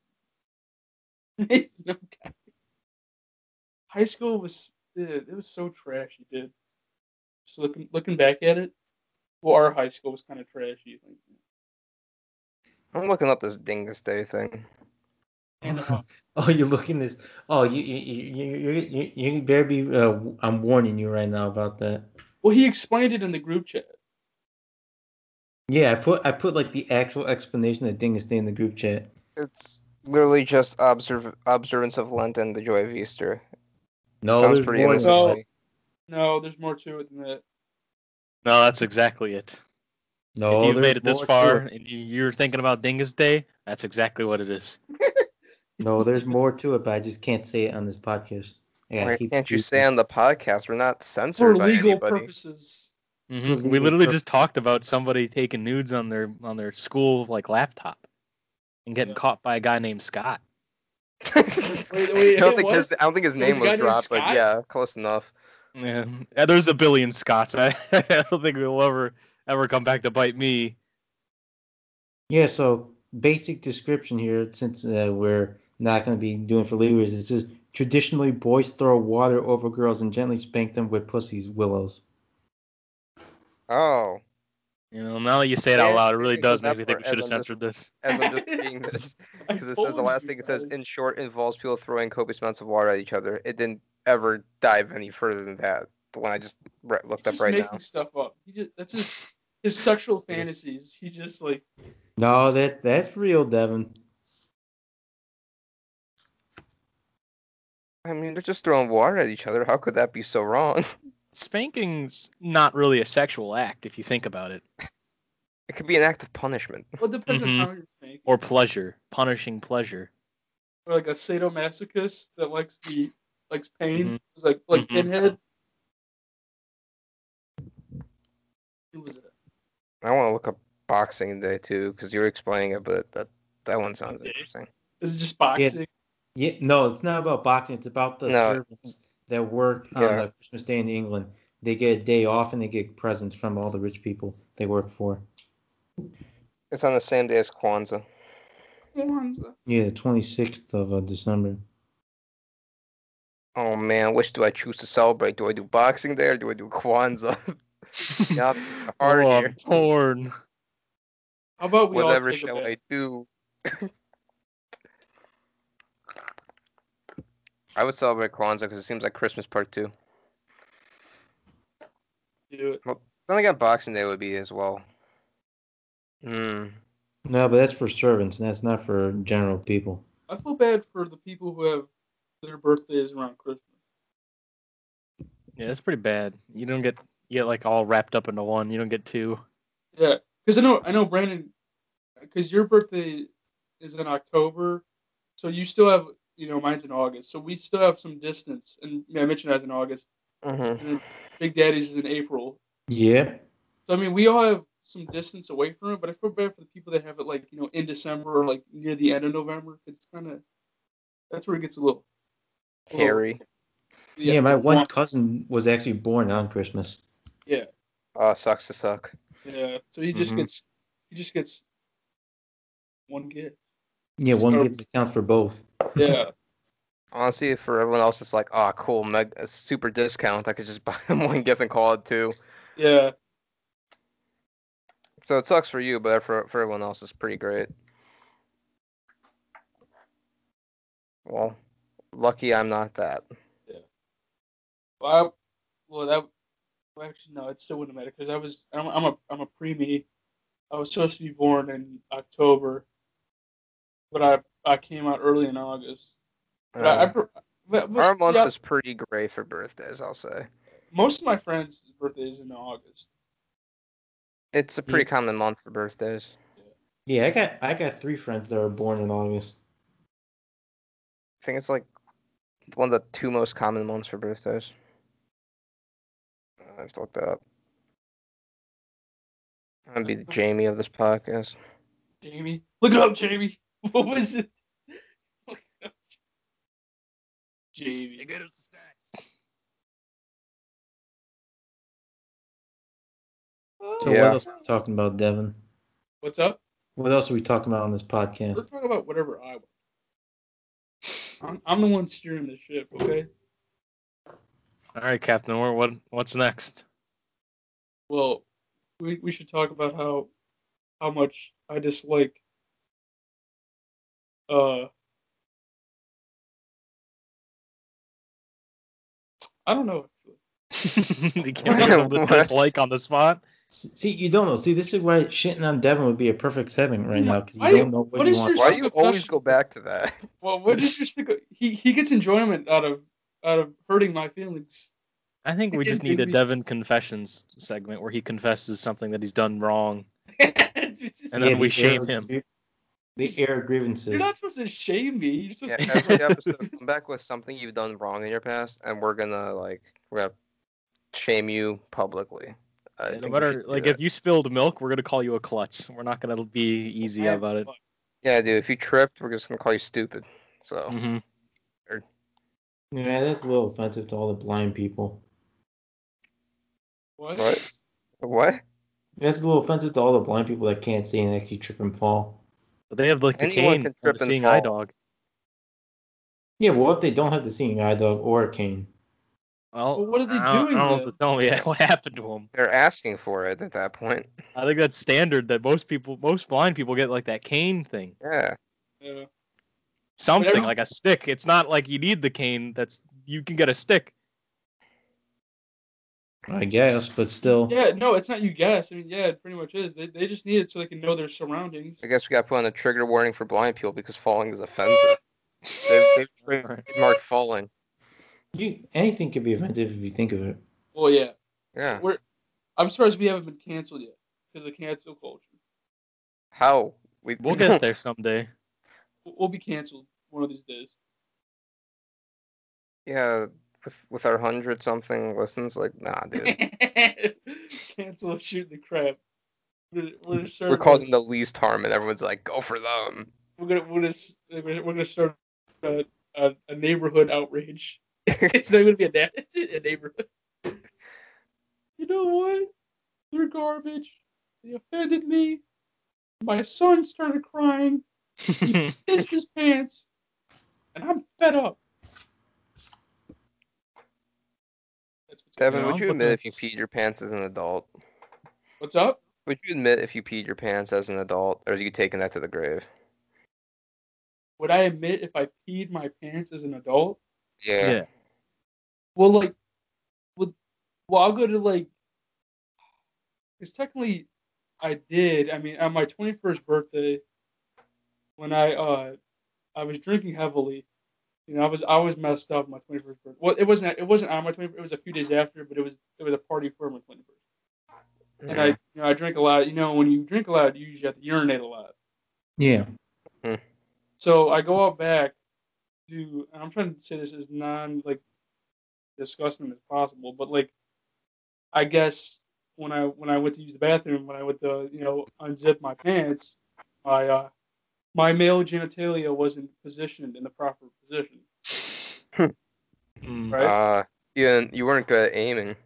A: [LAUGHS] It makes no kind- High school was dude, it was so trashy, dude. Just looking looking back at it, well, our high school was kind of trashy. Like,
D: I'm looking up this Dingus Day thing.
A: and
C: [LAUGHS]
A: uh,
C: Oh, you're looking this. Oh, you you you you you, you, you better be. Uh, I'm warning you right now about that.
A: well, he explained it in the group chat.
C: Yeah, I put I put like the actual explanation of Dingus Day in the group chat.
D: It's literally just observ- observance of Lent and the joy of Easter.
C: No,
D: Sounds
C: there's
D: pretty
C: more.
D: innocent.
A: No.
D: to me.
A: No, there's more to it than that.
B: no. That's exactly it.
C: No,
B: if you've
C: there's
B: made it this
C: Oh, more to
B: far
C: it.
B: and you- you're thinking about Dingus Day, that's exactly what it is.
C: No, there's more to it, but I just can't say it on this podcast. Yeah,
D: Why can't you say on the podcast? We're not
A: For
D: censored by
A: legal
D: anybody.
A: purposes,
B: Mhm.
C: Reveal
B: We literally
C: her-
B: just talked about somebody taking nudes on their on their school like laptop and getting
A: Yeah.
B: caught by a guy named Scott.
A: Wait,
D: [LAUGHS] I
A: wait,
D: don't
A: it
D: think his
A: was?
D: I don't think his
A: There was
D: name
A: a guy named
D: was dropped, but
A: Scott?
D: yeah, close enough.
B: Yeah, Yeah, there's a billion Scots. [LAUGHS] I, I don't think we'll ever ever come back to bite me.
C: Yeah, so basic description here, since uh, we're not going to be doing for legal reasons, it says traditionally boys throw water over girls and gently spank them with pussies, willows.
D: Oh,
B: You know, now that you say it out
D: Yeah,
B: loud, it really
D: it
B: does
D: goes
B: make
D: up
B: me think
D: for
B: we should have
D: Evan just-
B: censored this.
D: as
A: [LAUGHS]
D: I'm just seeing this,
A: I
D: because it says the
A: told
D: last
A: you
D: thing it says
A: guys.
D: in short involves people throwing copious amounts of water at each other. It didn't ever dive any further than that. The one I just re-
A: He's
D: looked up
A: just
D: right
A: making
D: now.
A: stuff up. He just that's his his
D: [LAUGHS]
A: sexual fantasies. He's just like
C: No, that that's real, Devin.
D: I mean, they're just throwing water at each other. How could that be so wrong? [LAUGHS]
B: Spanking's not really a sexual act if you think about it,
D: It could be an act of punishment.
A: well, it depends
B: Mhm.
A: on how you're making.
B: or pleasure, punishing
D: [LAUGHS]
B: pleasure.
A: Or like a sadomasochist that likes the likes pain.
B: Mhm.
A: It was like like
B: Mhm.
A: pinhead. Who was it?
D: I want to look up boxing day too, because you were explaining it, but that that one sounds
A: Okay.
D: interesting.
A: Is it just boxing?
C: Yeah, no, it's not about boxing. It's about the
D: No.
C: servants that work on
D: Yeah.
C: the Christmas Day in England. They get a day off and they get presents from all the rich people they work for.
D: It's on the same day as Kwanzaa.
A: Kwanzaa.
C: Yeah, the 26th of uh, December.
D: Oh man, which do I choose to celebrate? Do I do Boxing Day or do I do Kwanzaa? Yeah,
B: [LAUGHS]
D: hard
B: oh,
D: here.
B: I'm torn.
A: How about [LAUGHS] we
D: Whatever
A: all take a
D: shall
A: bath?
D: I do? [LAUGHS] I would celebrate Kwanzaa because it seems like Christmas part two.
A: do it?
D: Then again, Boxing Day would be as well. Hmm.
C: No, but that's for servants and that's not for general people.
A: I feel bad for the people who have their birthdays around Christmas.
B: Yeah, that's pretty bad. You don't get you get like all wrapped up into one. You don't get two.
A: Yeah, because I know I know Brandon, because your birthday is in October, so you still have you know mine's in August, so we still have some distance. And yeah, I mentioned that's in August,
D: Mm-hmm.
A: and then Big Daddy's is in April.
C: Yep.
A: So I mean, we all have some distance away from it, but I feel bad for the people that have it like you know in December or like near the end of November. It's kind of that's where it gets a little a little-
D: Harry.
C: Yeah, my one cousin was actually born on Christmas.
D: Oh, sucks to suck.
A: Yeah, so he just
C: Mm-hmm.
B: Mhm.
A: gets he just gets one gift.
C: Yeah, one
D: Oh.
A: So-
C: gift accounts for both.
A: Yeah,
D: Honestly, for everyone else, it's like, oh, cool, meg- a super discount. I could just [LAUGHS] buy them one gift and call it two.
A: yeah.
D: So it sucks for you, but for for everyone else, it's pretty great. Well, lucky I'm not that.
A: Well, I, well that well, actually no, it still wouldn't matter because I was I'm, I'm a I'm a preemie. I was supposed to be born in October, but I I came out early in August. But I, I,
C: Uh-huh.
D: Uh,
A: pre- but, but
D: our month
A: yeah,
D: is pretty great for birthdays, I'll say.
A: most of my friends' birthdays in August.
D: It's a pretty common month for birthdays.
C: Yeah, I got I got three friends that were born in August.
D: I think it's like one of the two most common months for birthdays. I have to look that up. I'm gonna be the Jamie of this podcast.
A: Jamie, look it up, Jamie. [LAUGHS] What was it? Look it up, Jamie.
D: Yeah.
C: So what else are we talking about, Devin?
A: What's up?
C: What else are we talking about on this
A: We're
C: podcast?
A: talking about whatever I want. I'm, I'm the one steering the ship, okay?
B: All right, Captain. What what- what's next? [LAUGHS]
A: Well, we, we should talk about how how much I dislike uh I don't know actually.
B: you
D: [LAUGHS]
B: can't make something
D: What?
B: dislike on the spot.
C: See, you don't know. See, this is why shitting on Devin would be a perfect segment right now because
A: Why
C: you
A: do-
C: don't know what,
A: what
C: you
A: is
C: want.
A: your-
D: Why do you always go back
B: [LAUGHS]
D: to that?
A: Well what is your stick he he gets enjoyment out of out of hurting my feelings. [LAUGHS]
B: I think we just need a
A: Maybe.
B: Devin confessions segment where he confesses something that he's done wrong.
A: It's just-
B: And then we
C: the
B: shame
C: air-
B: him.
C: The air grievances.
A: you're not supposed to shame me. You're
D: Yeah,
A: supposed to
D: E,
A: [LAUGHS]
D: every episode come back with something you've done wrong in your past, and we're gonna like we're gonna shame you publicly I
B: Yeah,
D: think
B: no
D: we
B: matter
D: should do
B: like
D: that.
B: if you spilled milk, we're gonna call you a klutz. We're not gonna be easy about it.
D: yeah, dude, if you tripped, we're just gonna call you stupid. So
B: hmm
C: Yeah, that's a little offensive to all the blind people.
A: What?
D: What? what?
C: That's a little offensive to all the blind people that can't see and actually trip and fall.
B: But they have like the
D: Anyone
B: cane
D: can
B: from
D: trip
B: the
D: and
B: seeing eye
D: fall.
B: dog.
C: Yeah, well, if they don't have the seeing eye dog or a cane?
B: Well,
A: Well, what are they
B: I don't,
A: doing,
B: I don't know
A: though?
B: what to tell you. [LAUGHS] What happened to him?
D: They're asking for it at that point.
B: I think that's standard that most people, most blind people get like that cane thing,
D: Yeah.
A: Yeah.
B: something
A: Whatever.
B: like a stick. It's not like you need the cane. That's you can get a stick.
C: I guess, but still.
A: Yeah, no, it's not you guess. I mean, yeah, it pretty much is. They, they just need it so they can know their surroundings.
D: I guess we got to put on a trigger warning for blind people because falling is offensive. They've,
B: [LAUGHS]
D: they've trademarked falling.
C: You anything could be offensive if you think of it.
A: Well, yeah,
D: Yeah.
A: we're. I'm surprised we haven't been canceled yet because of cancel culture.
D: How? We,
B: We'll
D: [LAUGHS]
B: get there someday.
A: We'll we'll be canceled one of these days.
D: Yeah, with, with our hundred something listens, like, nah, dude.
A: [LAUGHS] cancel shooting the crap. We're, we're, gonna start-
D: We're causing the least harm, and everyone's like, go for them.
A: We're gonna we're gonna s- we're gonna, we're gonna start a, a, a neighborhood outrage. it's not gonna be a, na- it's a neighborhood. You know what? They're garbage. They offended me. My son started crying. pissed his pants, and I'm fed up. That's what's,
D: Devin,
B: know,
D: would you
B: but
D: admit if you
B: that's-
D: peed your pants as an adult?
A: what's up?
D: Would you admit if you peed your pants as an adult, or are you taking that to the grave?
A: Would I admit if I peed my pants as an adult?
D: Yeah.
B: Yeah.
A: Well, like, with, well, I'll go to like, because technically, I did. I mean, on my 21st birthday, when I uh, I was drinking heavily. You know, I was I was messed up on my 21st birthday. Well, it wasn't it wasn't on my 21st. It was a few days after, but it was it was a party for my 21st. and I, you know, I drink a lot. You know, when you drink a lot, you usually have to urinate a lot.
C: Yeah.
A: So I go out back to, and I'm trying to say this as non like disgusting as possible, but like, I guess when I when I went to use the bathroom, when I went to you know unzip my pants, my uh, my male genitalia wasn't positioned in the proper position.
B: Mm.
A: Right?
D: Uh, you, didn't- you weren't good at aiming.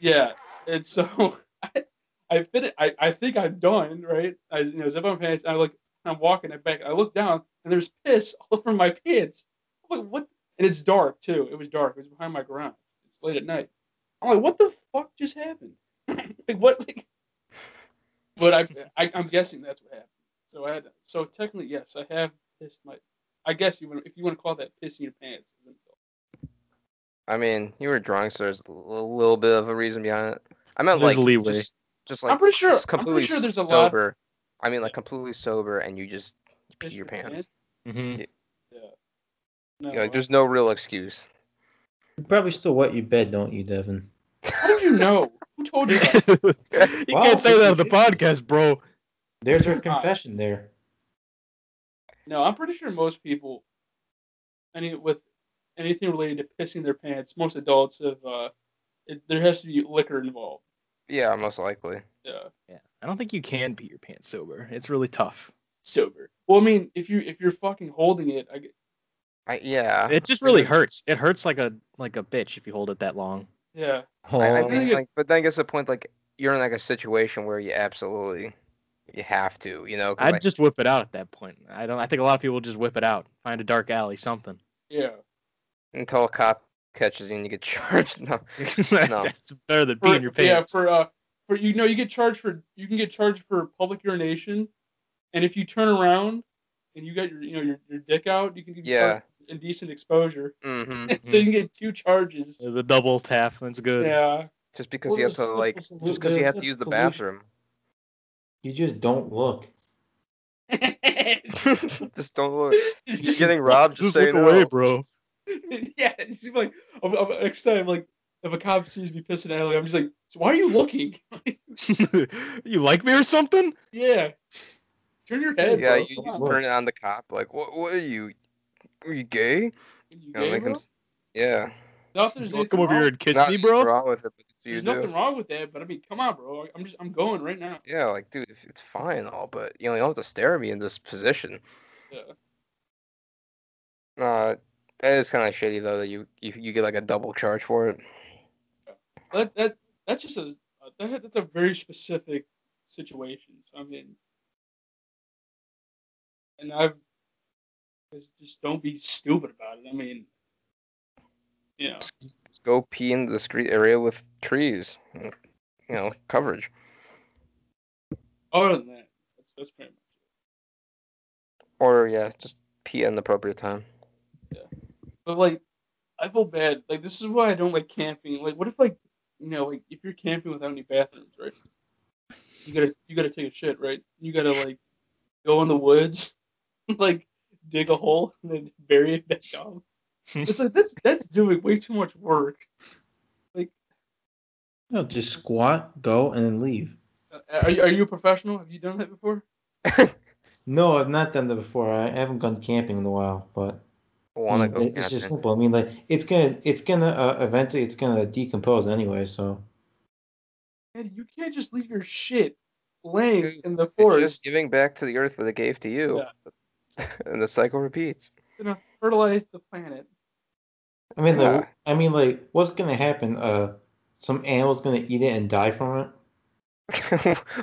A: Yeah, and so [LAUGHS] I, I fit it. I, I think I'm done, right? I you know zip my pants. I look. I'm walking it back. I look down, and there's piss [LAUGHS] all over my pants. I'm like, what? And it's dark too. It was dark. It was behind my garage. It's late at night. I'm like, what the fuck just happened? [LAUGHS] like what? Like, but I, I I'm guessing that's what happened. So I had so technically yes, I have pissed my. I guess you would if you want to call that pissing your pants.
D: I mean, you were drunk, so there's a l- little bit of a reason behind it. I meant
B: There's
D: like
B: leeway.
D: Just, just like
A: I'm pretty sure.
D: just
A: I'm
D: completely
A: pretty sure there's a lot. of
D: sober. I mean, like completely sober, and you just pee
A: piss
D: your pants.
B: Mhm.
A: Yeah. No,
D: You're like,
A: I-
D: there's no real excuse.
C: You probably still wet your bed, don't you, Devin?
A: How did you know? Who told you? That?
B: [LAUGHS] you
C: Wow.
B: can't say
D: [LAUGHS]
B: that on the podcast, bro.
C: There's your confession there.
A: No, I'm pretty sure most people, any with anything related to pissing their pants, most adults have. Uh, it, there has to be liquor involved. uh,
D: Yeah, most likely.
A: Yeah,
B: Yeah. I don't think you can pee your pants sober. It's really tough.
A: sober. Well, I mean, if you if you're fucking holding it, I, gu-
D: I yeah.
B: It just really hurts. It hurts like a like a bitch if you hold it that long.
A: yeah,
D: I, I
C: Oh,
D: think,
A: yeah.
D: Um, like, but then gets the point like you're in like a situation where you absolutely you have to, you know. 'cause,
B: I'd
D: like,
B: just whip it out at that point. I don't. I think a lot of people just whip it out, find a dark alley, something.
A: yeah.
D: until a cop catches you and you get [LAUGHS] charged. No,
B: [LAUGHS] That's better than
A: For,
B: peeing your
A: Yeah,
B: pants.
A: for uh, for you know, you get charged for you can get charged for public urination, and if you turn around and you got your you know your, your dick out, you can get
D: Yeah.
A: charged with indecent exposure. [LAUGHS]
D: hmm
A: so you can get two charges.
B: The double tap. That's Mm-hmm. good.
A: Yeah.
D: just because
C: Well,
D: you have to
C: there's
D: like
C: simple solu-
D: just because you
C: there's
D: have to use the
C: simple solution.
D: bathroom.
C: you just don't look.
D: [LAUGHS] just don't look.
A: [LAUGHS]
D: You're getting robbed. Just,
B: Just
D: say
B: look
D: no.
B: away, bro. [LAUGHS]
A: yeah, it's just like I'm, I'm, next time, like if a cop sees me pissing out, like, I'm just like, so why are you looking? [LAUGHS]
B: you like me or something?
A: yeah, turn your head.
D: Yeah,
A: bro.
D: you,
C: Come
D: you
C: on.
D: turn it on the cop. Like, what? What are you? Are you gay?
A: You
D: You know,
A: gay,
D: make
A: bro?
D: him s- Yeah.
A: Not that there's
B: You wanna
A: anything
B: Come over
A: wrong-
B: here and kiss
D: Not
B: me,
D: nothing
B: bro.
D: wrong with it, but You
A: There's
D: do?
A: nothing wrong with that, but I mean, come on, bro. I'm just I'm going right now.
D: Yeah, like, dude, if- it's fine and all, but you know, you don't have to stare at me in this position.
A: Yeah.
D: Uh, that is kind of shitty though that you, you you get like a double charge for it.
A: That that that's just a that, that's a very specific situation. So I mean, and I've just, just don't be stupid about it. I mean, you know,
D: Just go pee in the discreet area with trees, you know, coverage.
A: other than that, that's that's pretty much.
D: Or yeah, just pee at an appropriate time.
A: But like, I feel bad. Like this is why I don't like camping. Like, what if like, you know, like if you're camping without any bathrooms, right? You gotta you gotta take a shit, right? You gotta like go in the woods, [LAUGHS] like dig a hole and then bury it back
D: [LAUGHS]
A: down. It's like that's that's doing way too much work.
C: No, just squat, go, and then leave.
A: Uh, Are you are you a professional? Have you done that before?
C: No, I've not done that before. I I haven't gone camping in a while, but
D: Want to
C: Mm,
D: go
C: it- It's just
D: camping?
C: simple. I mean, like it's gonna, it's gonna uh, eventually, it's gonna decompose anyway. So
A: And you can't just leave your shit laying
D: Dude,
A: in the
D: It's just
A: forest
D: giving back to the earth what it gave to you, [LAUGHS] and the cycle repeats. [LAUGHS]
A: and fertilize the planet.
C: I mean,
D: Yeah.
C: like, I mean, like, what's gonna happen? Uh, some animal's gonna eat it and die from it.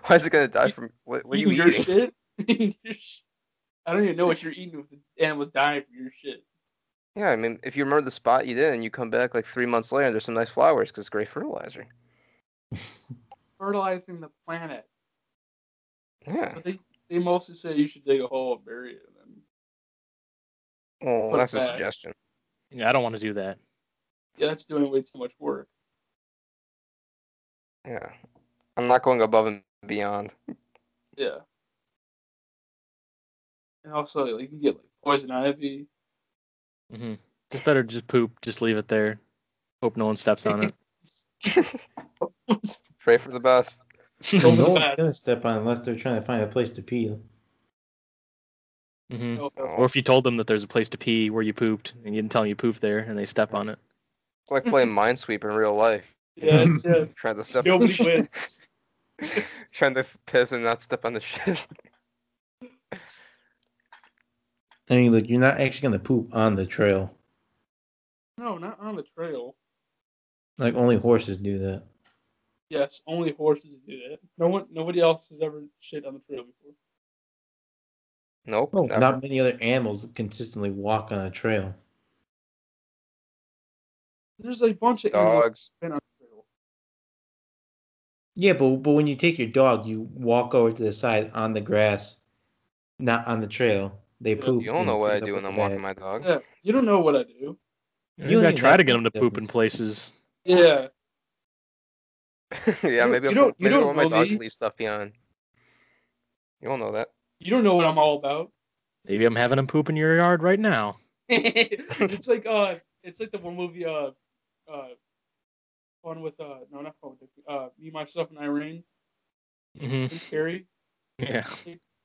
D: Why is it gonna die from? What, what are you
A: Eating your
D: eating?
A: shit? [LAUGHS] Eating your sh- I don't even know what you're eating if the animal's dying from your shit.
D: Yeah, I mean, if you remember the spot you did, and you come back like three months later, and there's some nice flowers because it's great fertilizer.
A: Fertilizing the planet.
D: Yeah.
A: But they, they mostly say you should dig a hole and bury it. And then,
D: Well,
A: What's
D: that's a
A: that?
D: suggestion.
B: Yeah, I don't want to do that.
A: yeah, that's doing way too much work.
D: Yeah. I'm not going above and beyond.
A: Yeah. And also, like, you can get like poison ivy.
B: Mm-hmm. Just better just poop. Just leave it there. Hope no one steps
D: [LAUGHS]
B: on it.
D: Pray for the best.
A: Over
C: no
B: Mm-hmm.
A: the
C: one's
A: back.
C: gonna step on it unless they're trying to find a place to pee.
D: Mm.
B: hmm
A: No, no.
B: Or if you told them that there's a place to pee where you pooped and you didn't tell them you pooped there and they step on it.
D: It's like playing Minesweep in
A: [LAUGHS]
D: real life.
A: Yeah, it's, yeah.
D: Trying to step, [LAUGHS]
A: Nobody wins.
D: trying to piss and not step on the shit. [LAUGHS]
C: I mean, like, you're not actually gonna poop on the trail.
A: No, not on the trail.
C: Like, only horses do that.
A: Yes, only horses do that. No one, nobody else has ever shit on the trail before.
D: Nope.
C: Oh,
D: never.
C: not many other animals consistently walk on a trail.
A: There's a bunch of animals
D: Dogs.
A: that have been on the trail.
C: Yeah, but but when you take your dog, you walk over to the side on the grass, not on the trail. They
A: Yeah,
C: poop.
D: You don't
C: and
D: know what I
C: pick up
D: do when
C: a
D: I'm walking
C: bag.
D: my dog.
A: Yeah, you don't know what I do.
C: You
B: You gotta
C: ain't
B: try to
C: that
B: get them to
C: fucked up.
B: poop in places.
A: Yeah,
D: [LAUGHS] yeah,
A: don't-
D: maybe
A: you
D: I'll,
A: don't- you don't
D: maybe I'll let my
A: know
D: dog
A: me.
D: leave stuff behind. You won't know that.
A: you don't know what I'm all about.
B: Maybe I'm having them poop in your yard right now.
A: it's like uh, it's like the one movie uh, uh, one with uh, no, not Fun with Dick, uh, me, myself, and Irene,
B: hmm
A: and Carrie.
B: [LAUGHS] Yeah.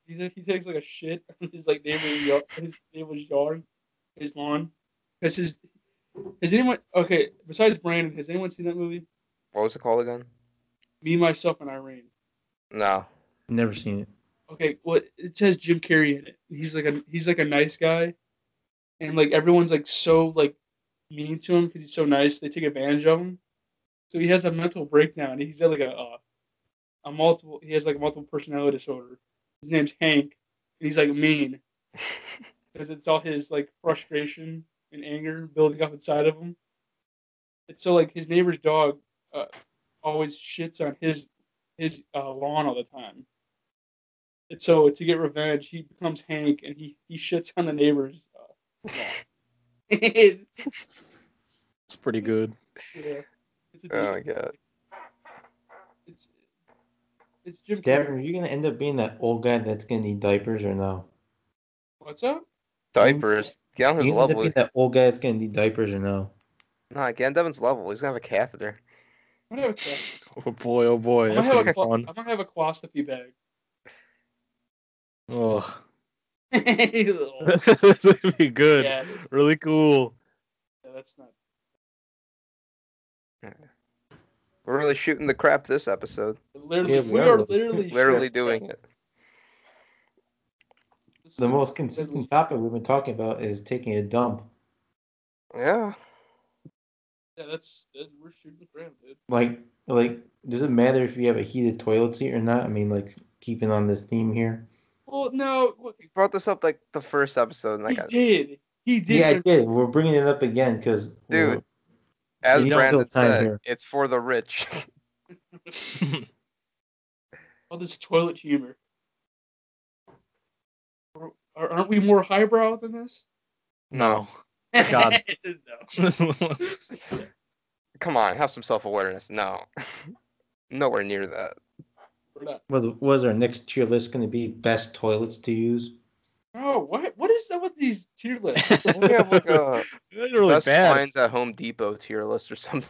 A: He's like, he takes like a shit [LAUGHS] on his like neighbor's yard, his neighbor's yard, his lawn. This is. Has anyone okay? Besides Brandon, has anyone seen that movie?
D: What was it called again?
A: Me, myself, and Irene.
D: No.
C: Never seen it.
A: Okay, well, it says Jim Carrey in it. He's like a he's like a nice guy, and like everyone's like so like mean to him because he's so nice. They take advantage of him, so he has a mental breakdown. He's got like a uh, a multiple. He has like multiple personality disorder. His name's Hank, and he's like mean because it's all his like frustration and anger building up inside of him. It's so like his neighbor's dog uh, always shits on his his uh, lawn all the time. And so to get revenge, he becomes Hank and he, he shits on the neighbor's uh, lawn. yeah.
B: It's pretty good.
A: It's a
D: Oh my
A: decent,
D: god.
A: it's it's Jim
C: Devin, are
A: Carrey.
C: you gonna end up being that old guy that's gonna need diapers or no?
A: What's up?
D: Diapers. Get on his
C: You end up
D: level.
C: being that old guy that's gonna need diapers or no?
D: Nah, get on Devin's level. He's gonna have a catheter.
A: I'm gonna have a cat.
B: Oh boy, oh boy.
A: I'm gonna
B: That's
A: have
B: gonna
A: a
B: be
A: cla-
B: fun.
A: I'm gonna have a colostomy bag.
B: [LAUGHS] Oh,
A: yeah,
B: this would be good.
A: yeah,
B: Really cool.
A: that's not.
D: We're really shooting the crap this episode.
A: Literally,
C: Yeah,
A: we,
C: we
A: are
C: are.
A: literally
D: Literally
A: shit.
D: doing it.
A: This
C: The
A: is-
C: most consistent topic we've been talking about is taking a dump.
D: Yeah.
A: Yeah, that's that- we're shooting the ground, dude.
C: Like, like, does it matter if you have a heated toilet seat or not? I mean, like, keeping on this theme here.
A: Well, no, look,
D: You brought this up like the first episode, and I
A: he
D: got
A: did. He did.
C: Yeah, I
A: but
C: did. We're bringing it up again because,
D: Dude. as
C: You don't
D: Brandon
C: feel time
D: said,
C: here.
D: it's for the rich.
A: All this toilet humor. Are- Aren't we more highbrow than this?
B: no. God.
A: [LAUGHS] no.
B: [LAUGHS]
D: Come on, have some self awareness. No, [LAUGHS] nowhere near [LAUGHS] that.
A: We're not.
C: was was our next tier list going to be best toilets to use?
A: No, Oh, what? What is that with these tier
D: [LAUGHS]
A: lists?
D: We have like [LAUGHS] a
B: That's really
D: best
B: bad.
D: finds at Home Depot tier list or something.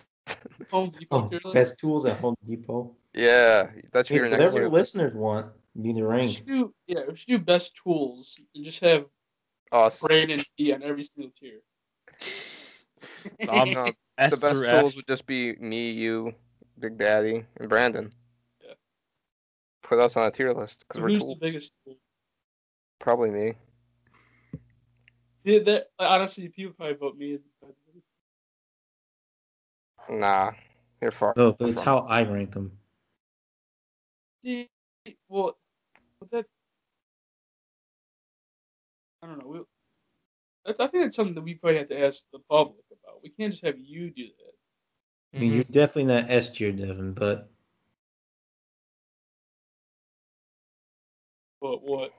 A: Home Depot
C: Oh,
A: tier list?
C: best tools at Home Depot.
D: Yeah, that should be
C: Hey,
D: your next
C: whatever
D: tier list.
C: listeners want, be the
A: We
C: rank.
A: should do, yeah, we should do best tools and just have
D: Awesome.
A: Brain
D: [LAUGHS]
A: and D on every single tier.
D: [LAUGHS]
B: I'm-
D: No, the
B: S
D: best
B: through F.
D: tools would just be me, you, Big Daddy, and Brandon.
A: Yeah.
D: Put us on a tier list because we're
A: Who's
D: tool.
A: the biggest tool?
D: Probably me.
A: Yeah, that, honestly, people probably vote me as the best.
D: Nah, you're far.
C: No, Oh, but it's how I rank them.
A: See, well, but that I don't know. We, that's, I think that's something that we probably have to ask the public about. We can't just have you do that.
C: I
D: Mm-hmm.
C: mean,
B: Mm-hmm.
C: you're definitely not S tier, Devin, but
A: But what?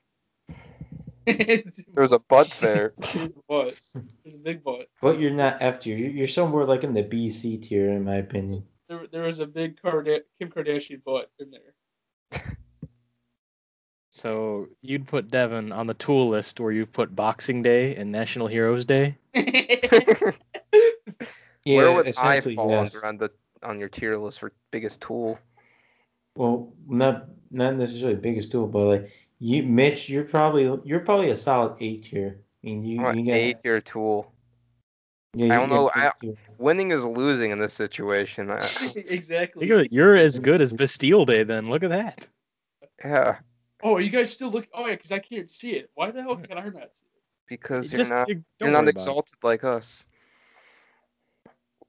A: [LAUGHS]
D: There's a butt [LAUGHS] there.
A: There's a butt. There's a big butt.
C: but you're not F tier. You're, you're somewhere like in the B C tier, in my opinion.
A: There, there was a big Karda- Kim Kardashian butt in there. [LAUGHS]
B: So you'd put Devin on the tool list where you put Boxing Day and National Heroes Day.
D: Where would I fall on the on your tier list for biggest tool?
C: Well, not not necessarily biggest tool, but like you, Mitch, you're probably you're probably a solid A tier. I mean, you,
D: I'm
C: you
D: an
C: got
D: A tier tool.
C: yeah,
D: I
C: you
D: don't
C: got
D: know,
C: A
D: I-
C: tier.
D: Winning is losing in this
A: [LAUGHS]
D: situation. I-
A: exactly.
B: You're, you're as good as Bastille Day. Then look at that.
D: yeah,
A: Oh, are you guys still looking? Oh yeah, because I can't see it. Why the hell can I not see it?
D: because
B: You
D: you're not
B: you- don't
D: you're not
B: worry about it.
D: exalted like us.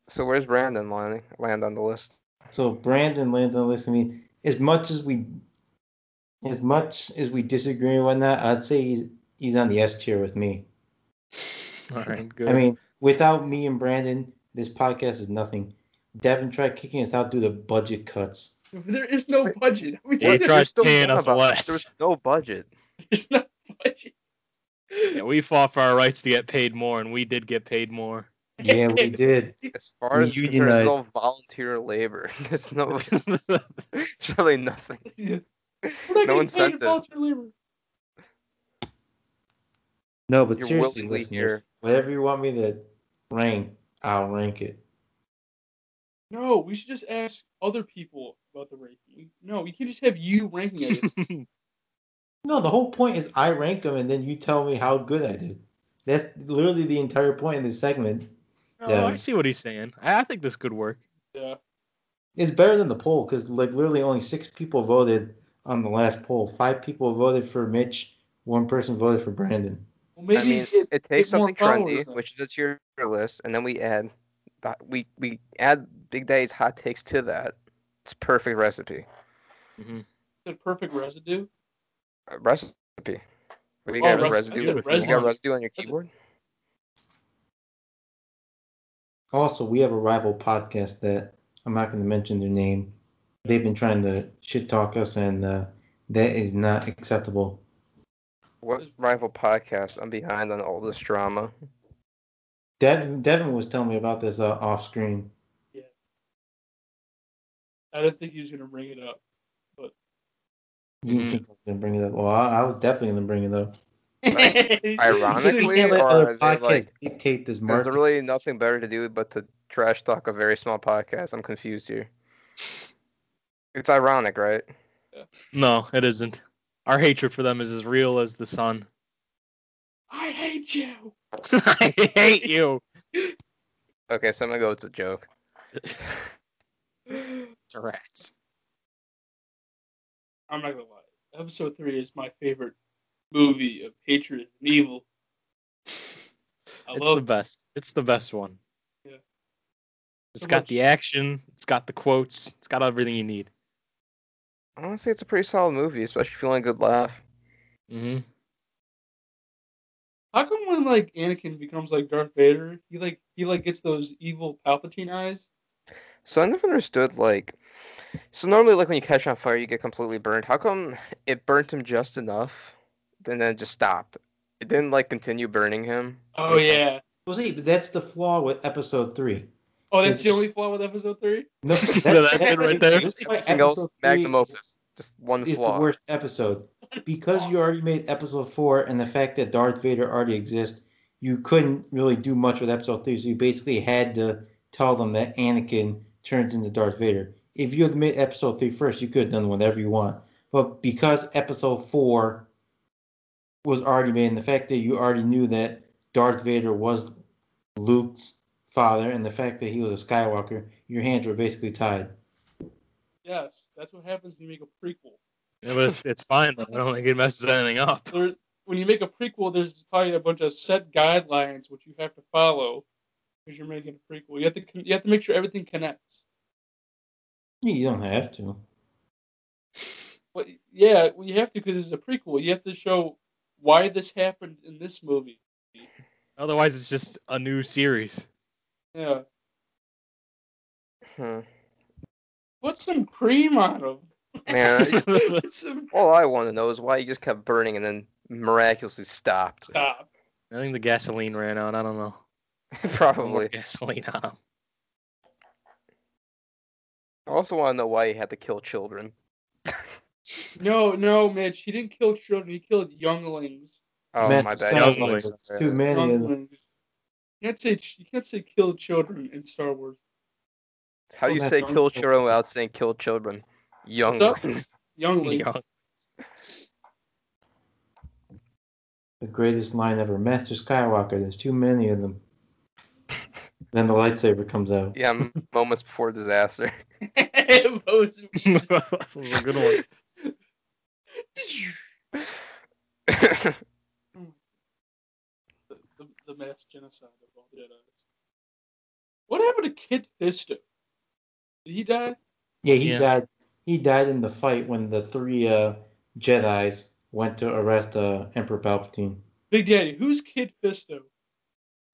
D: So where's Brandon landing? Land on the list.
C: So Brandon lands on the list. I mean, as much as we, as much as we disagree and whatnot, I'd say he's he's on the S tier with me.
B: All right, good.
C: I mean, without me and Brandon, this podcast is nothing. Devin tried kicking us out through the budget cuts.
A: [LAUGHS] There is no budget. [LAUGHS] Are we
B: He
A: talking
B: tried
D: There's still
B: paying
D: one
B: us
D: of
B: less.
D: There's no budget.
A: There's no budget.
B: Yeah, we fought for our rights to get paid more, and we did get paid more.
C: Yeah, we did.
D: As far as
C: We
D: concerned, there's no
C: unionized.
D: volunteer labor. [LAUGHS] There's no there's really nothing.
A: We're
D: No
A: not getting paid
D: incentive.
A: in volunteer labor.
C: No, but
D: You're
C: seriously,
D: willingly
C: listeners,
D: here.
C: whatever you want me to rank, I'll rank it.
A: No, we should just ask other people about the ranking. We- No, we can't just have you ranking
B: [LAUGHS]
A: it.
C: No, the whole point is I rank them, and then you tell me how good I did. That's literally the entire point of this segment.
B: Oh, I see what he's saying. I, I think this could work.
A: yeah.
C: It's better than the poll because like literally only six people voted on the last poll. Five people voted for Mitch. One person voted for Brandon.
A: Well, maybe
D: I mean,
A: get-
D: it takes
A: get more
D: something trendy,
A: followers then.
D: which is a tier list, and then we add the- we we add Big Daddy's hot takes to that. It's perfect recipe.
A: the perfect residue.
D: A recipe. We
A: Oh, recipe.
D: got residue.
B: With
D: You got
A: Residue.
D: residue on your
A: Residue.
D: keyboard.
C: Also, we have a rival podcast that I'm not going to mention their name. They've been trying to shit talk us, and uh, that is not acceptable.
D: What rival podcast? I'm behind on all this drama.
C: Devin, Devin was telling me about this uh, off screen.
A: I didn't think he was gonna bring it up.
C: You
D: Mm-hmm.
C: didn't
B: Mhm.
C: think I was going to bring it up? Well, I, I was definitely going to bring it up.
A: [LAUGHS]
D: Ironically,
C: We can't let
D: or
C: other
D: is it like-
C: dictate this
D: There's
C: market.
D: really nothing better to do but to trash talk a very small podcast. I'm confused here. It's ironic, right?
B: No, it isn't. Our hatred for them is as real as the sun. [LAUGHS]
A: I hate you. [SIGHS]
B: I hate you.
D: Okay, so I'm gonna go with the joke.
B: to rats.
A: I'm not gonna lie. Episode three is my favorite movie of hatred and evil. I
B: it's
A: love
B: the best. It's the best one.
A: Yeah.
B: It's
A: So
B: got
A: much-
B: the action. It's got the quotes. It's got everything you need.
D: Honestly, it's a pretty solid movie, especially if you want a good laugh.
B: Mm-hmm.
A: How come when like Anakin becomes like Darth Vader, he like he like gets those evil Palpatine eyes?
D: So I never understood like, so normally like when you catch on fire, you get completely burned. How come it burnt him just enough, and then it just stopped? It didn't like continue burning him.
A: Oh yeah.
C: Well, see, but that's the flaw with episode three.
A: Oh, that's the only flaw with Episode three.
B: [LAUGHS]
C: No,
B: that's it right there.
C: This is why
D: Single
C: episode
D: magnum
C: three
D: opus, just one
C: is
D: flaw.
C: the worst episode because you already made episode four, and the fact that Darth Vader already exists, you couldn't really do much with episode three. So you basically had to tell them that Anakin turns into Darth Vader. If you had made episode three first, you could have done whatever you want. But because episode four was already made, and the fact that you already knew that Darth Vader was Luke's father, and the fact that he was a Skywalker, your hands were basically tied.
A: Yes, that's what happens when you make a prequel.
B: Yeah, but it's, it's fine though. I don't think it messes anything up.
A: There, when you make a prequel, there's probably a bunch of set guidelines which you have to follow because you're making a prequel. You have to con- you have to make sure everything connects.
C: You don't have to.
A: But yeah, well, you have to because it's a prequel. You have to show why this happened in this movie.
B: Otherwise, it's just a new series.
A: Yeah,
D: Hmm.
A: put some cream on them.
D: Man,
B: [LAUGHS]
A: Put some
D: all I want to know is why you just kept burning and then miraculously stopped.
A: stop.
B: I think the gasoline ran out. I don't know. More
D: [LAUGHS] Probably.
B: gasoline on 'em.
D: I also want to know why you had to kill children.
A: No, no, Mitch. He didn't kill children. He killed younglings.
D: Oh
C: Matt
D: my
C: Stone,
D: bad.
B: Young Skywalker.
C: like, it's too many. of them.
A: Younglings. You can't say ch- you can't say kill children in Star Wars.
D: How do you
C: Matt
D: say
C: Stone.
D: kill children without saying kill children? [LAUGHS] Younglings.
A: Younglings.
B: Young-
C: The greatest line ever, Master Skywalker. There's too many of [LAUGHS] them. then the lightsaber comes out.
D: Yeah, m- [LAUGHS] moments before disaster. [LAUGHS]
A: [LAUGHS] Those-
B: that was a good one.
D: I
A: the, the, the mass genocide of all Jedi's. What happened to Kid Fisto? Did he die?
C: Yeah, he
B: Yeah.
C: died. He died in the fight when the three uh, Jedi's went to arrest uh, Emperor Palpatine.
A: Big Daddy, who's Kid Fisto?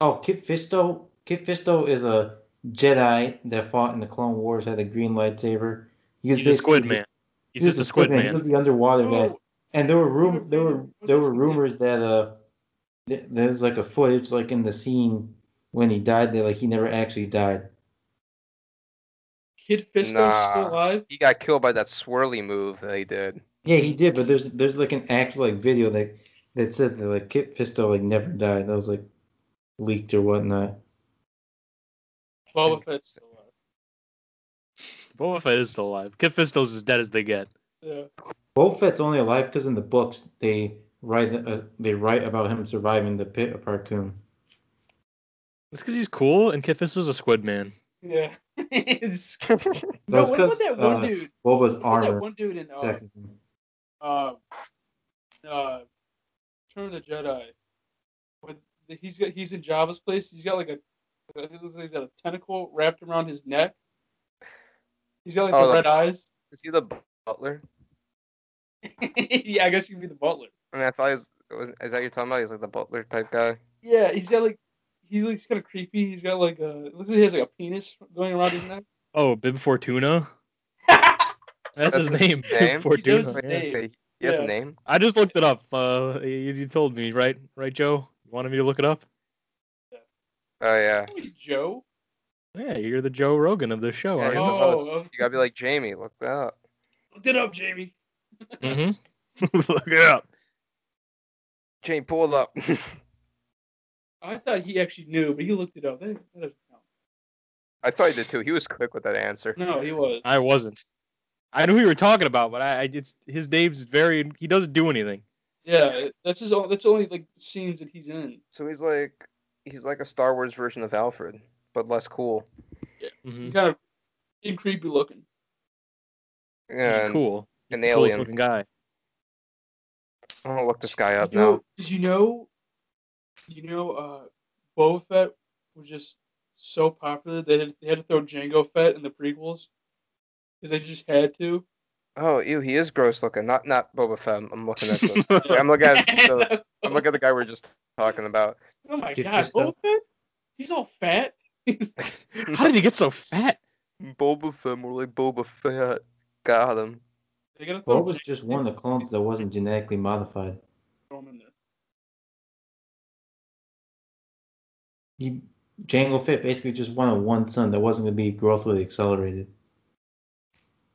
C: Oh, Kit Fisto. Kit Fisto is a Jedi that fought in the Clone Wars. Had a green lightsaber. He was
B: He's a squid
C: basically-
B: man.
C: he
B: He's
C: was
B: just a squid
C: He
B: man.
C: was the underwater guy.
A: Oh,
C: And there were
A: Peter
C: room there
A: Pan
C: were
A: was
C: there
A: a
C: were
A: squid.
C: rumors that uh th- there's like a footage like in the scene when he died that like he never actually died.
A: Kid Fisto's
D: Nah.
A: still alive?
D: he got killed by that swirly move that he did.
C: Yeah, he did, but there's there's like an actual like video that that said that like Kit Fisto like never died. That was like leaked or whatnot.
A: Boba Fett's still alive.
B: Boba Fett is still alive. Kid Fisto's as dead as they get.
A: Yeah.
C: Boba Fett's only alive because in the books they write uh, they write about him surviving the pit of Parkoon.
B: It's because he's cool, and Kid Fisto's a squid man.
A: Yeah. [LAUGHS]
D: [LAUGHS]
A: It's- no,
C: That's
A: what about
C: 'cause,
A: that one
C: uh,
A: dude?
C: Boba's
A: What about that
C: armor.
A: one dude in uh,
C: protected him.
A: uh, uh, Return of the Jedi. When the- he's got he's in Java's place, he's got like a I think it looks like he's got a tentacle wrapped around his neck. He's got like
D: Oh,
A: the
D: the-
A: red eyes.
D: Is he the butler?
A: [LAUGHS] yeah, I guess he could be the butler.
D: I mean, I thought he was, was. Is that you're talking about? He's like the butler type guy.
A: Yeah, he's got like he's like kind of creepy. He's got like a it looks like he has like a penis going around his [LAUGHS] neck.
B: Oh, Bib Fortuna. That's,
D: That's
B: his
D: his
B: name.
D: name? He
B: [LAUGHS] Bib Fortuna.
D: does
A: his
B: yeah.
A: name.
D: Okay, He has
A: Yeah.
D: a name.
B: I just looked it up. Uh, you, you told me, right? Right, Joe? You wanted me to look it up?
D: Oh yeah.
A: Hey, Joe.
B: Yeah, you're the Joe Rogan of this show,
D: Yeah,
B: aren't
D: you're
B: you?
D: the
A: Oh,
D: host.
A: okay.
D: You gotta be like Jamie. Look that up.
A: Look it up, Jamie.
B: Mm-hmm. [LAUGHS] look it up.
D: Jamie, pull it up. [LAUGHS]
A: I thought he actually knew, but he looked it up. That, that doesn't count.
D: I thought he did too. He was quick with that answer.
A: No, he was.
B: I wasn't. I knew who you were talking about, but I, I it's his name's very. He doesn't do anything.
A: Yeah, that's his. Own, that's only like scenes that he's in.
D: So he's like, he's like a Star Wars version of Alfred, but less cool.
B: Mm-hmm.
A: Kind of and creepy looking.
D: and,
B: cool.
D: an
B: He's the coolest
D: alien.
B: looking guy.
D: I'm gonna look this guy up
A: you know,
D: now.
A: Did you know? You know, uh, Boba Fett was just so popular they had, they had to throw Django Fett in the prequels because they just had to.
D: Oh, ew, he is gross looking. Not not Boba Fett. I'm, I'm looking
B: [LAUGHS]
D: at [LAUGHS] the. I'm looking
A: [LAUGHS]
D: at the. I'm looking at the guy we are just talking about.
A: oh my
C: Get
A: god,
C: this
A: Boba Fett? He's all fat.
B: How did he get so fat?
D: Boba Fett, more like Boba Fett. Got him.
A: They gotta throw
C: Boba's
A: Jango
C: just one of the clones that wasn't genetically modified.
A: Fett in there.
C: He, Jango Fit basically just wanted one son that wasn't going to be growthily accelerated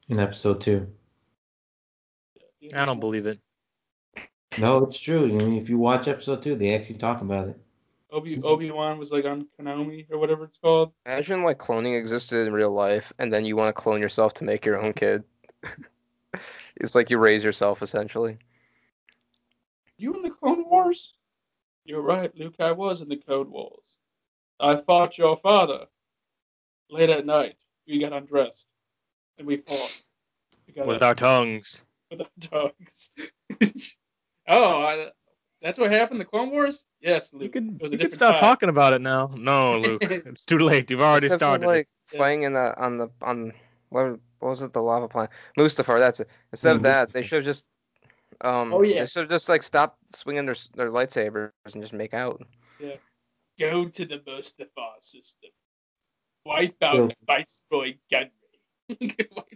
C: in episode two.
B: I don't believe it.
C: No, it's true. I mean, if you watch episode two, they actually talk about it.
A: Obi Obi Wan was like on Konami or whatever it's called.
D: Imagine like cloning existed in real life, and then you want to clone yourself to make your own kid. [LAUGHS] it's like you raise yourself essentially.
A: You in the Clone Wars? You're right, Luke. I was in the Code Wars. I fought your father. Late at night, we got undressed, and we fought. We got
B: With our tongues.
A: with our [LAUGHS] dogs. [LAUGHS] oh, I, that's what happened. in The Clone Wars? Yes, Luke.
B: You can,
A: It was a
B: you can
A: different
B: stop
A: time.
B: talking about it now. No, [LAUGHS] Luke. it's too late. You've already
D: Except for,
B: started.
D: like
A: Yeah.
D: playing in the on the on what, what was it the lava planet Mustafar. That's it. Instead of
B: Mm,
C: Yeah,
D: that, they
C: Mustafar.
D: should have just. Um,
A: Oh, yeah.
D: They should have just like stopped swinging their s- their lightsabers and just make out.
A: Go to the Mustafar system. Wipe out
C: So-
A: Viceroy Gunray.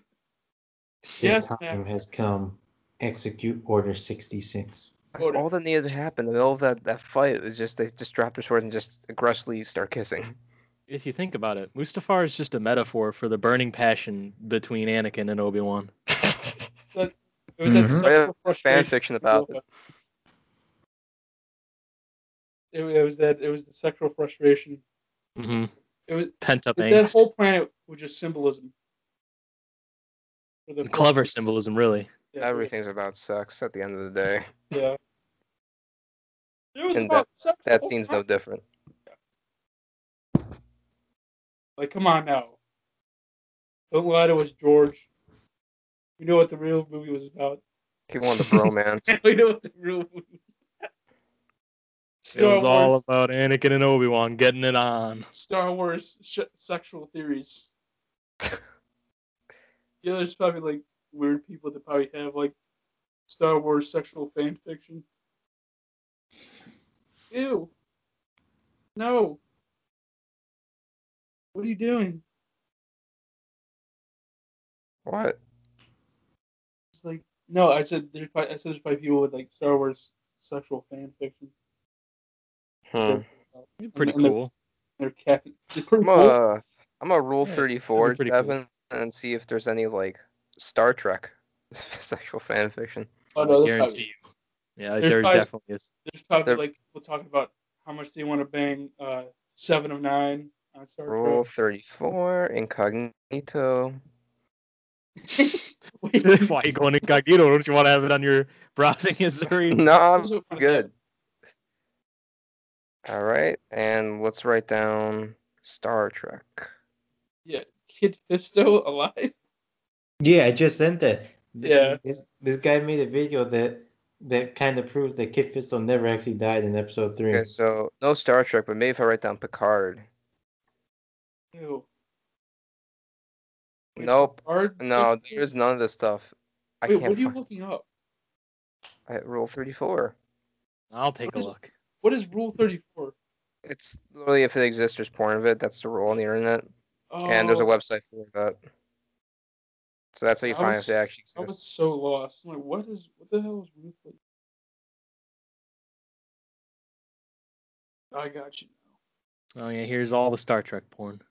A: yes,
C: the time
A: ma'am.
C: has come. Execute Order 66.
A: Order.
D: All that needed to happen in the middle of that, that fight was just they just dropped their swords and just aggressively start kissing.
B: If you think about it, Mustafar is just a metaphor for the burning passion between Anakin and Obi Wan.
A: It was that
C: Mhm.
A: sexual
D: I have fan
A: frustration.
D: fiction about it.
A: It, it was that. It was the sexual frustration.
B: hmm
A: It was
B: Pent up
A: that
B: angst.
A: whole planet was just symbolism. For the
B: Clever symbolism, really.
A: yeah,
D: Everything's about sex at the end of the day.
A: Yeah. It was
D: And
A: about sex the
D: That
A: whole
D: scene's
A: time.
D: no different.
A: Like, come on now. Don't lie to us, George. We know what the real movie was about. [LAUGHS]
D: Keep on the bromance.
A: we know what the real movie. Was Star
B: it was all
A: Wars.
B: about Anakin and Obi Wan getting it on.
A: Star Wars sh- sexual
B: [LAUGHS]
A: theories. yeah, there's probably like weird people that probably have like Star Wars sexual fan fiction. Ew. No. What are you doing?
D: What?
A: It's like no. I said there's probably, I said there's probably people with like Star Wars sexual fan fiction.
D: Hmm.
B: Pretty
A: And- and the-
B: cool.
A: They're cat. They're pretty
D: I'm
A: cool.
D: a, I'm a rule
B: Yeah,
D: thirty four,
B: pretty cool.
D: Devin, and see if there's any like Star Trek [LAUGHS] sexual fan fiction.
A: Oh,
B: I
A: no, there's,
B: guarantee
A: probably,
B: you. Yeah,
A: There's
B: there's,
A: probably-
B: definitely is. [LAUGHS]
A: there's probably
D: There-
A: like people talking about how much they want to bang uh, Seven of Nine on Star
D: Rule
A: Trek.
D: thirty four, incognito. [LAUGHS]
A: Wait,
B: Why you going incognito? Don't you want to have it on your [LAUGHS] browsing history?
D: No, I'm
A: also wanna
D: good. All right, and let's write down Star Trek.
A: Yeah, Kid Fisto alive.
C: Yeah, I just sent that. Th-
A: Yeah.
C: This, this guy made a video that that kind of proves that Kid Fisto never actually died in episode three.
D: Okay, so no Star Trek, but maybe if I write down Picard.
A: Ew. Wait,
D: Nope.
A: Picard
D: No,
A: said-
D: there's none of this stuff. I
A: Wait,
D: can't
A: what are you
D: find
A: looking up?
D: I- Rule thirty four.
B: I'll take a
A: What is-
B: look.
A: What is Rule Thirty Four?
D: It's literally if it exists, there's porn of it. That's the rule on the internet.
A: Oh,
D: And there's a website for that. So that's how you
A: I
D: find
A: was-
D: if it actually
A: I
D: exists.
A: was so lost. I'm like, what is? What the hell is Rule Thirty? I got you.
B: Oh yeah, here's all the Star Trek porn.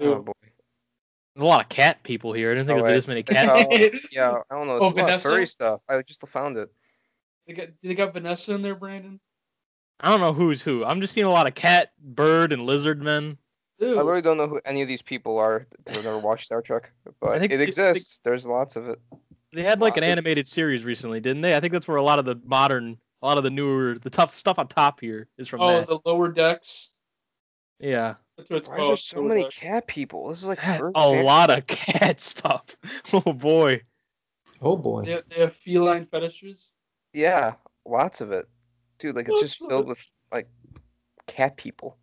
D: Oh
A: Ew.
D: boy.
B: There's a lot of cat people here. I didn't think
D: Oh,
B: there'd be
D: wait.
B: this many cat.
A: [LAUGHS]
D: Oh, yeah, I don't know. It's
A: Oh,
D: a lot of
A: Vanessa?
D: furry stuff. I just found it.
A: They got they got Vanessa in there, Brandon.
B: I don't know who's who. I'm just seeing a lot of cat, bird, and lizard men.
A: Ew.
D: I literally don't know who any of these people are. 'cause I've never watched Star Trek, but
B: think
D: it
B: it-
D: exists. There's lots of it.
B: They had like an
D: Wow.
B: animated series recently, didn't they? I think that's where a lot of the modern, a lot of the newer, the tough stuff on top here is from
A: oh,
B: that.
A: the lower decks.
B: Yeah,
A: That's what it's
D: Why is
A: called.
D: there so
A: lower
D: many
A: decks.
B: [LAUGHS]
D: cat people? This is like
B: That's
D: furry
B: a
D: fan-
B: lot of cat stuff. Oh boy,
C: Oh boy.
A: They, they have feline fetishes.
D: Yeah, lots of it, dude. Like it's just
A: Lots of
D: filled
A: it.
D: with like cat people.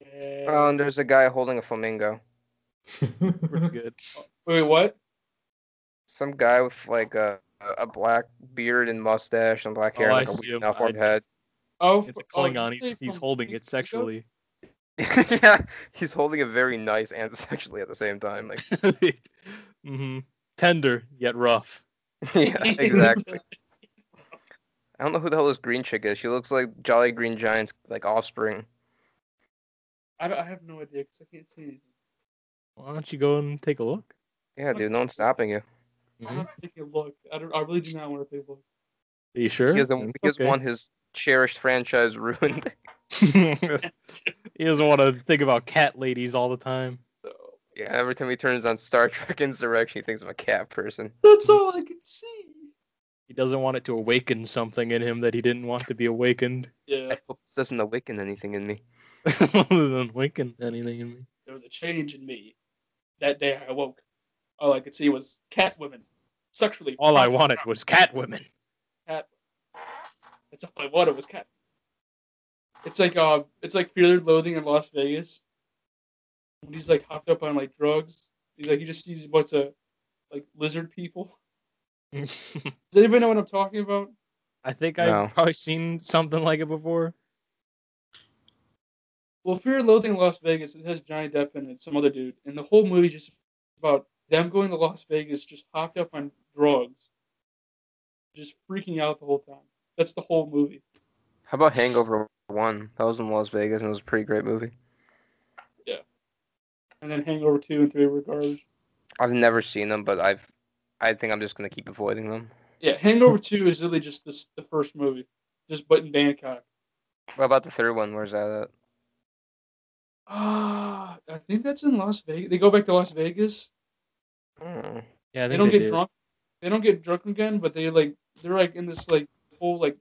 A: Yeah.
D: Oh, and there's a guy holding a flamingo.
B: Pretty good.
A: Wait, what?
D: Some guy with like a a black beard and mustache and black hair,
B: Oh, I
D: and, like
B: see
D: a
B: him.
D: now formed
B: I
D: head. [LAUGHS]
A: Oh,
B: It's a
A: oh, did
B: Klingon.
A: you
B: He's,
A: say
B: he's
A: from
B: holding
A: Flamingo?
B: it sexually. [LAUGHS]
D: yeah, he's holding it very nice and sexually at the same time. Like, [LAUGHS]
B: hmm Tender yet rough.
A: [LAUGHS]
B: [LAUGHS]
D: yeah, exactly. I don't know who the hell this green chick is. She looks like Jolly Green Giant's like offspring.
A: I, don't, I have no idea because I can't see anything.
B: Why don't you go and take a look?
D: Yeah, dude, no one's stopping you.
A: I have to take a look. I don't. I really do not want to take a look.
B: Are you sure?
D: He doesn't, he
B: It's
D: doesn't
B: okay.
D: want his cherished franchise [LAUGHS] ruined.
B: [LAUGHS] he doesn't want to think about cat ladies all the time.
A: So
D: yeah, every time he turns on Star Trek [LAUGHS] Insurrection, he thinks I'm a cat person.
A: that's all I can see.
B: He doesn't want it to awaken something in him that he didn't want to be awakened. [LAUGHS]
A: Yeah,
D: I hope this doesn't awaken anything in me.
B: doesn't awaken anything in me.
A: there was a change in me that day I awoke. All I could see was cat women, sexually.
B: All I
A: hostile
B: wanted was cat women. [LAUGHS]
A: cat. That's all I wanted was cat. It's like uh, it's like Fear and Loathing in Las Vegas. When he's like hopped up on like drugs, he's like he just sees a bunch of like lizard people. [LAUGHS]
B: I
A: Does anybody know what I'm talking about?
B: think
D: No.
B: I've probably seen something like it before.
A: Well, Fear and Loathing in Las Vegas, it has Johnny Depp in it, some other dude, and the whole movie's just about them going to Las Vegas, just hopped up on drugs, just freaking out the whole time. That's the whole movie.
D: How about Hangover One? That was in Las Vegas, and it was a pretty great movie.
A: And then Hangover two and three were garbage.
D: I've never seen them, but I've, I think I'm just gonna keep avoiding them.
A: Yeah, Hangover Two is really just this the first movie, just but in Bangkok.
D: What about the third one? Where's that at?
A: Ah, I think that's in Las Vegas. They go back to Las Vegas.
D: Hmm.
B: Yeah,
A: They
B: I think
A: don't
B: they
A: get
B: did.
A: drunk. They don't get drunk again, but they like they're like in this like whole like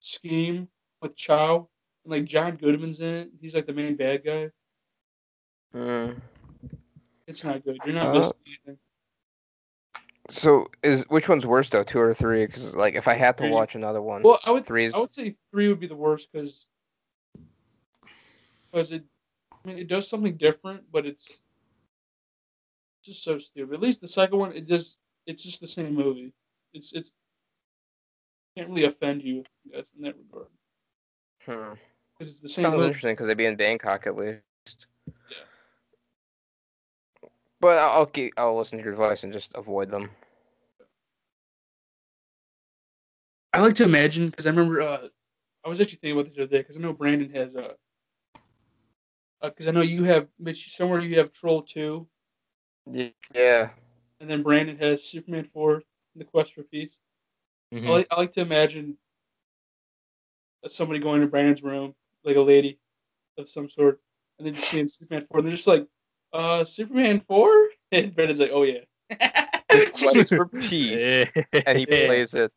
A: scheme with Chow and like John Goodman's in it. He's like the main bad guy.
D: Hmm.
A: It's not good. You're not
B: Uh-huh.
D: Uh,
A: missing anything.
D: So is which one's worse though, two or three? Because like if I had to
A: Three.
D: watch another one,
A: Well, I would
D: three is
A: I would say three would be the worst because it I mean it does something different, but it's just so stupid. At least the second one, it just it's just the same movie. It's it's can't really offend you I guess, in that regard
D: hmm.
A: because it's the same
D: sounds
A: movie.
D: interesting because they'd be in Bangkok at least.
A: Yeah.
D: But I'll I'll keep, I'll listen to your advice and just avoid them.
A: I like to imagine because I remember uh, I was actually thinking about this the other day because I know Brandon has uh because I know you have Mitch somewhere you have Troll Two
D: Y- Yeah.
A: and then Brandon has Superman Four and The Quest for Peace. I,
B: Mhm.
A: like, I like to imagine somebody going to Brandon's room, like a lady of some sort, and then just seeing Superman 4, and they're just like, uh, Superman 4? [LAUGHS] And Brandon's like, oh, yeah.
D: Quest for peace, and he
B: Yeah. [LAUGHS]
D: plays it.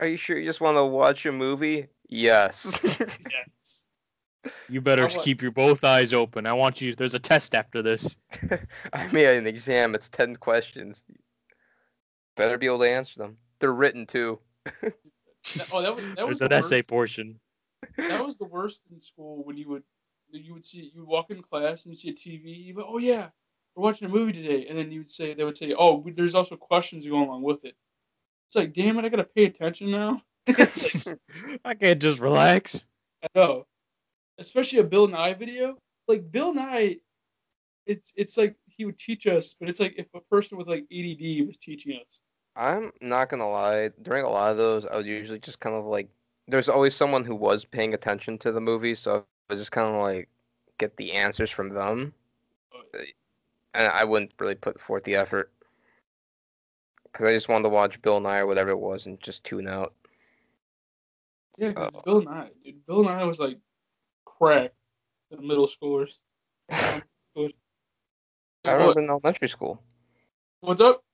D: Are you sure you just want to watch a movie? Yes. [LAUGHS]
A: yes.
B: You better
A: I wa-
B: keep your both eyes open. I want you. There's a test after this.
D: I made an exam. It's ten questions. Better be able to answer them. They're written too.
A: That- Oh, that was, that was
B: There's
A: the
B: an
A: worst.
B: essay portion.
A: That was the worst in school when you would you would see you would walk in class and you see a TV. You go, oh yeah, we're watching a movie today, and then you would say they would say, oh, there's also questions going along with it. It's like, damn it, I gotta pay attention now. [LAUGHS] It's like,
B: I can't just relax.
A: I know. Especially a Bill Nye video. Like Bill Nye, it's it's like he would teach us, but it's like if a person with like ADD was teaching us.
D: I'm not gonna lie. During a lot of those, I would usually just kind of like. There's always someone who was paying attention to the movie, so I would just kind of like get the answers from them, Uh, and I wouldn't really put forth the effort because I just wanted to watch Bill Nye or whatever it was and just tune out.
A: Yeah, 'cause it's
D: Oh.
A: Bill Nye, dude. Bill Nye was like crack to the middle
D: [LAUGHS]
A: schoolers.
D: I
A: Like, what-
D: remember in elementary school.
A: what's up?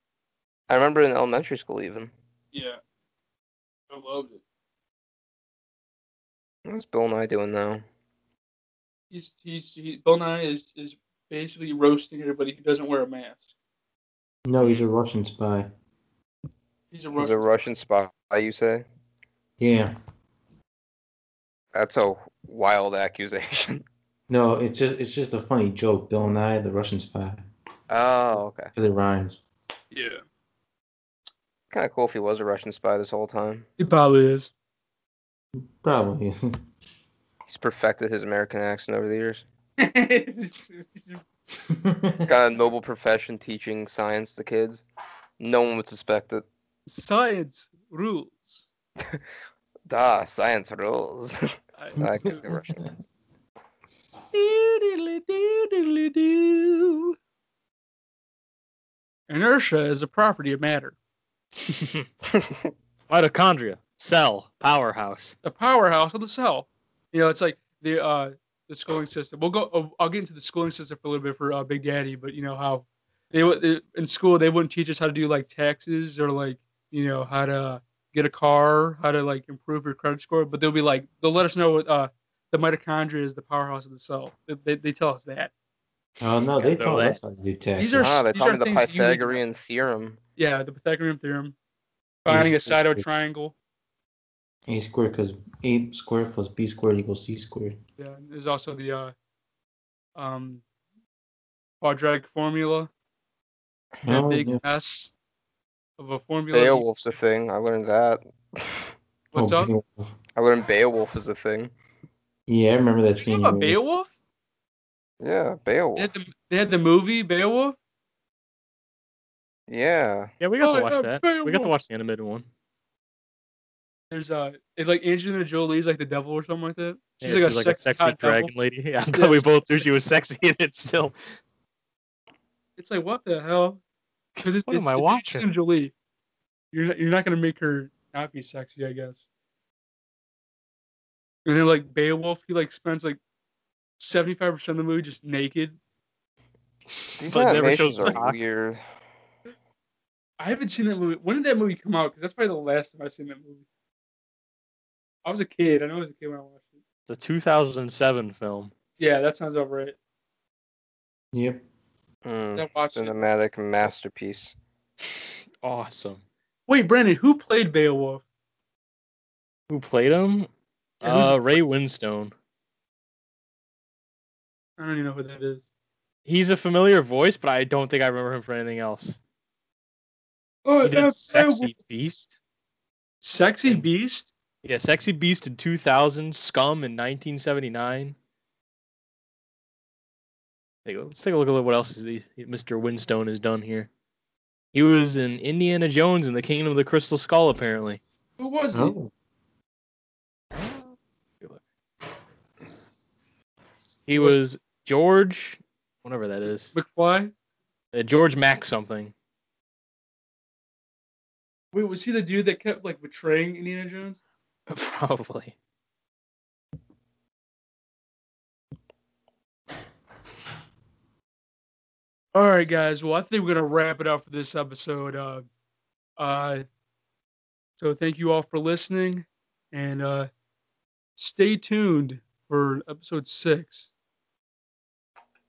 D: I remember in elementary school even.
A: Yeah. I loved it.
D: What's Bill Nye doing now?
A: He's he's he, Bill Nye is is basically roasting everybody who doesn't wear a mask.
C: [LAUGHS] No, he's a Russian spy.
A: He's a
D: He's
A: Russian.
D: a Russian spy, you say?
C: Yeah.
D: That's a wild accusation. [LAUGHS]
C: No, it's just it's just a funny joke. Bill Nye, the Russian spy,
D: Oh, okay.
C: because it rhymes.
A: yeah, [LAUGHS]
D: Kind of cool if he was a Russian spy this whole time.
A: he probably is. [LAUGHS]
C: Probably.
D: He's perfected his American accent over the years.
A: yeah,
D: Got a noble profession teaching science to kids. No one would suspect it.
A: science rules.
D: Da, science rules. [LAUGHS]
A: I, [LAUGHS]
D: I can do Russian.
A: Doodly-doo-doodly-doo. Inertia is a property of matter.
B: Mitochondria, cell, powerhouse.
A: The powerhouse of the cell. You know, it's like the uh, the schooling system. We'll go. oh, I'll get into the schooling system for a little bit for uh, Big Daddy, but you know how they would they- in school they wouldn't teach us how to do like taxes or like you know how to get a car, how to like improve your credit score. But they'll be like they'll let us know what uh, the mitochondria is the powerhouse of the cell. They, they, they tell us that.
C: oh no, they
B: Yeah,
C: taught
B: right.
C: us how to do taxes.
A: These are-
D: Ah, they
A: These
D: taught me the
A: things that you need to know.
D: Pythagorean theorem.
A: Yeah, the Pythagorean theorem. Finding a side of a triangle.
C: a squared because a squared plus b squared equals c squared.
A: Yeah, and there's also the uh, um, quadratic formula. That
C: Oh,
A: big
C: yeah.
A: S of a formula.
D: Beowulf's a thing. I learned that.
A: What's
C: Oh,
A: up?
C: Beowulf.
D: I learned Beowulf is a thing.
C: Yeah, I remember that
A: Did you
C: scene.
A: know about Beowulf?
D: Yeah, Beowulf.
A: They had, the, they had the movie Beowulf.
D: Yeah.
B: Yeah, we got
A: Oh,
B: to watch
A: yeah,
B: that.
A: very
B: We got to
A: well.
B: watch the animated one.
A: There's uh, it, like Angelina Jolie's like the devil or something like that.
B: Yeah,
A: She's like, a,
B: she's like a
A: sexy
B: sexy
A: hot
B: dragon
A: devil.
B: lady. [LAUGHS] Yeah, I'm glad we both knew she was sexy in it still.
A: It's like what the hell? Because it's,
B: What
A: it's,
B: am I
A: it's
B: watching?
A: Angelina Jolie. You're not- you're not gonna make her not be sexy, I guess. And then like Beowulf, he like spends like seventy five percent of the movie just naked.
D: These
B: But it never
D: animations
B: shows
D: are
B: cock.
D: weird.
A: I haven't seen that movie. When did that movie come out? Because that's probably the last time I've seen that movie. I was a kid. I know I was a kid when I watched it.
B: The 2007 film. [SIGHS]
A: Yeah, that sounds about right.
C: Yep.
D: Mm,
A: Don't watch it.
D: cinematic masterpiece.
B: Awesome.
A: Wait, Brandon, who played Beowulf?
B: Who played him?
A: Yeah, who's-
B: Uh, Ray Winstone.
A: I don't even know who that is.
B: He's a familiar voice, but I don't think I remember him for anything else.
A: Oh,
B: He did Sexy Beast.
A: Sexy Beast.
B: Yeah, Sexy Beast in 2000, Scum in 1979. Take a- Let's take a look at what else is the- Mr. Winstone has done here. He was in Indiana Jones and the Kingdom of the Crystal Skull, apparently.
A: Who was he?
C: Oh,
B: He was George, whatever that is,
A: McFly.
B: uh, George Mac something. [LAUGHS]
A: Wait, was he the dude that kept like betraying Indiana Jones?
B: Probably.
A: All right, guys. Well, I think we're gonna wrap it up for this episode. Uh, uh, so thank you all for listening, and uh, stay tuned for episode six.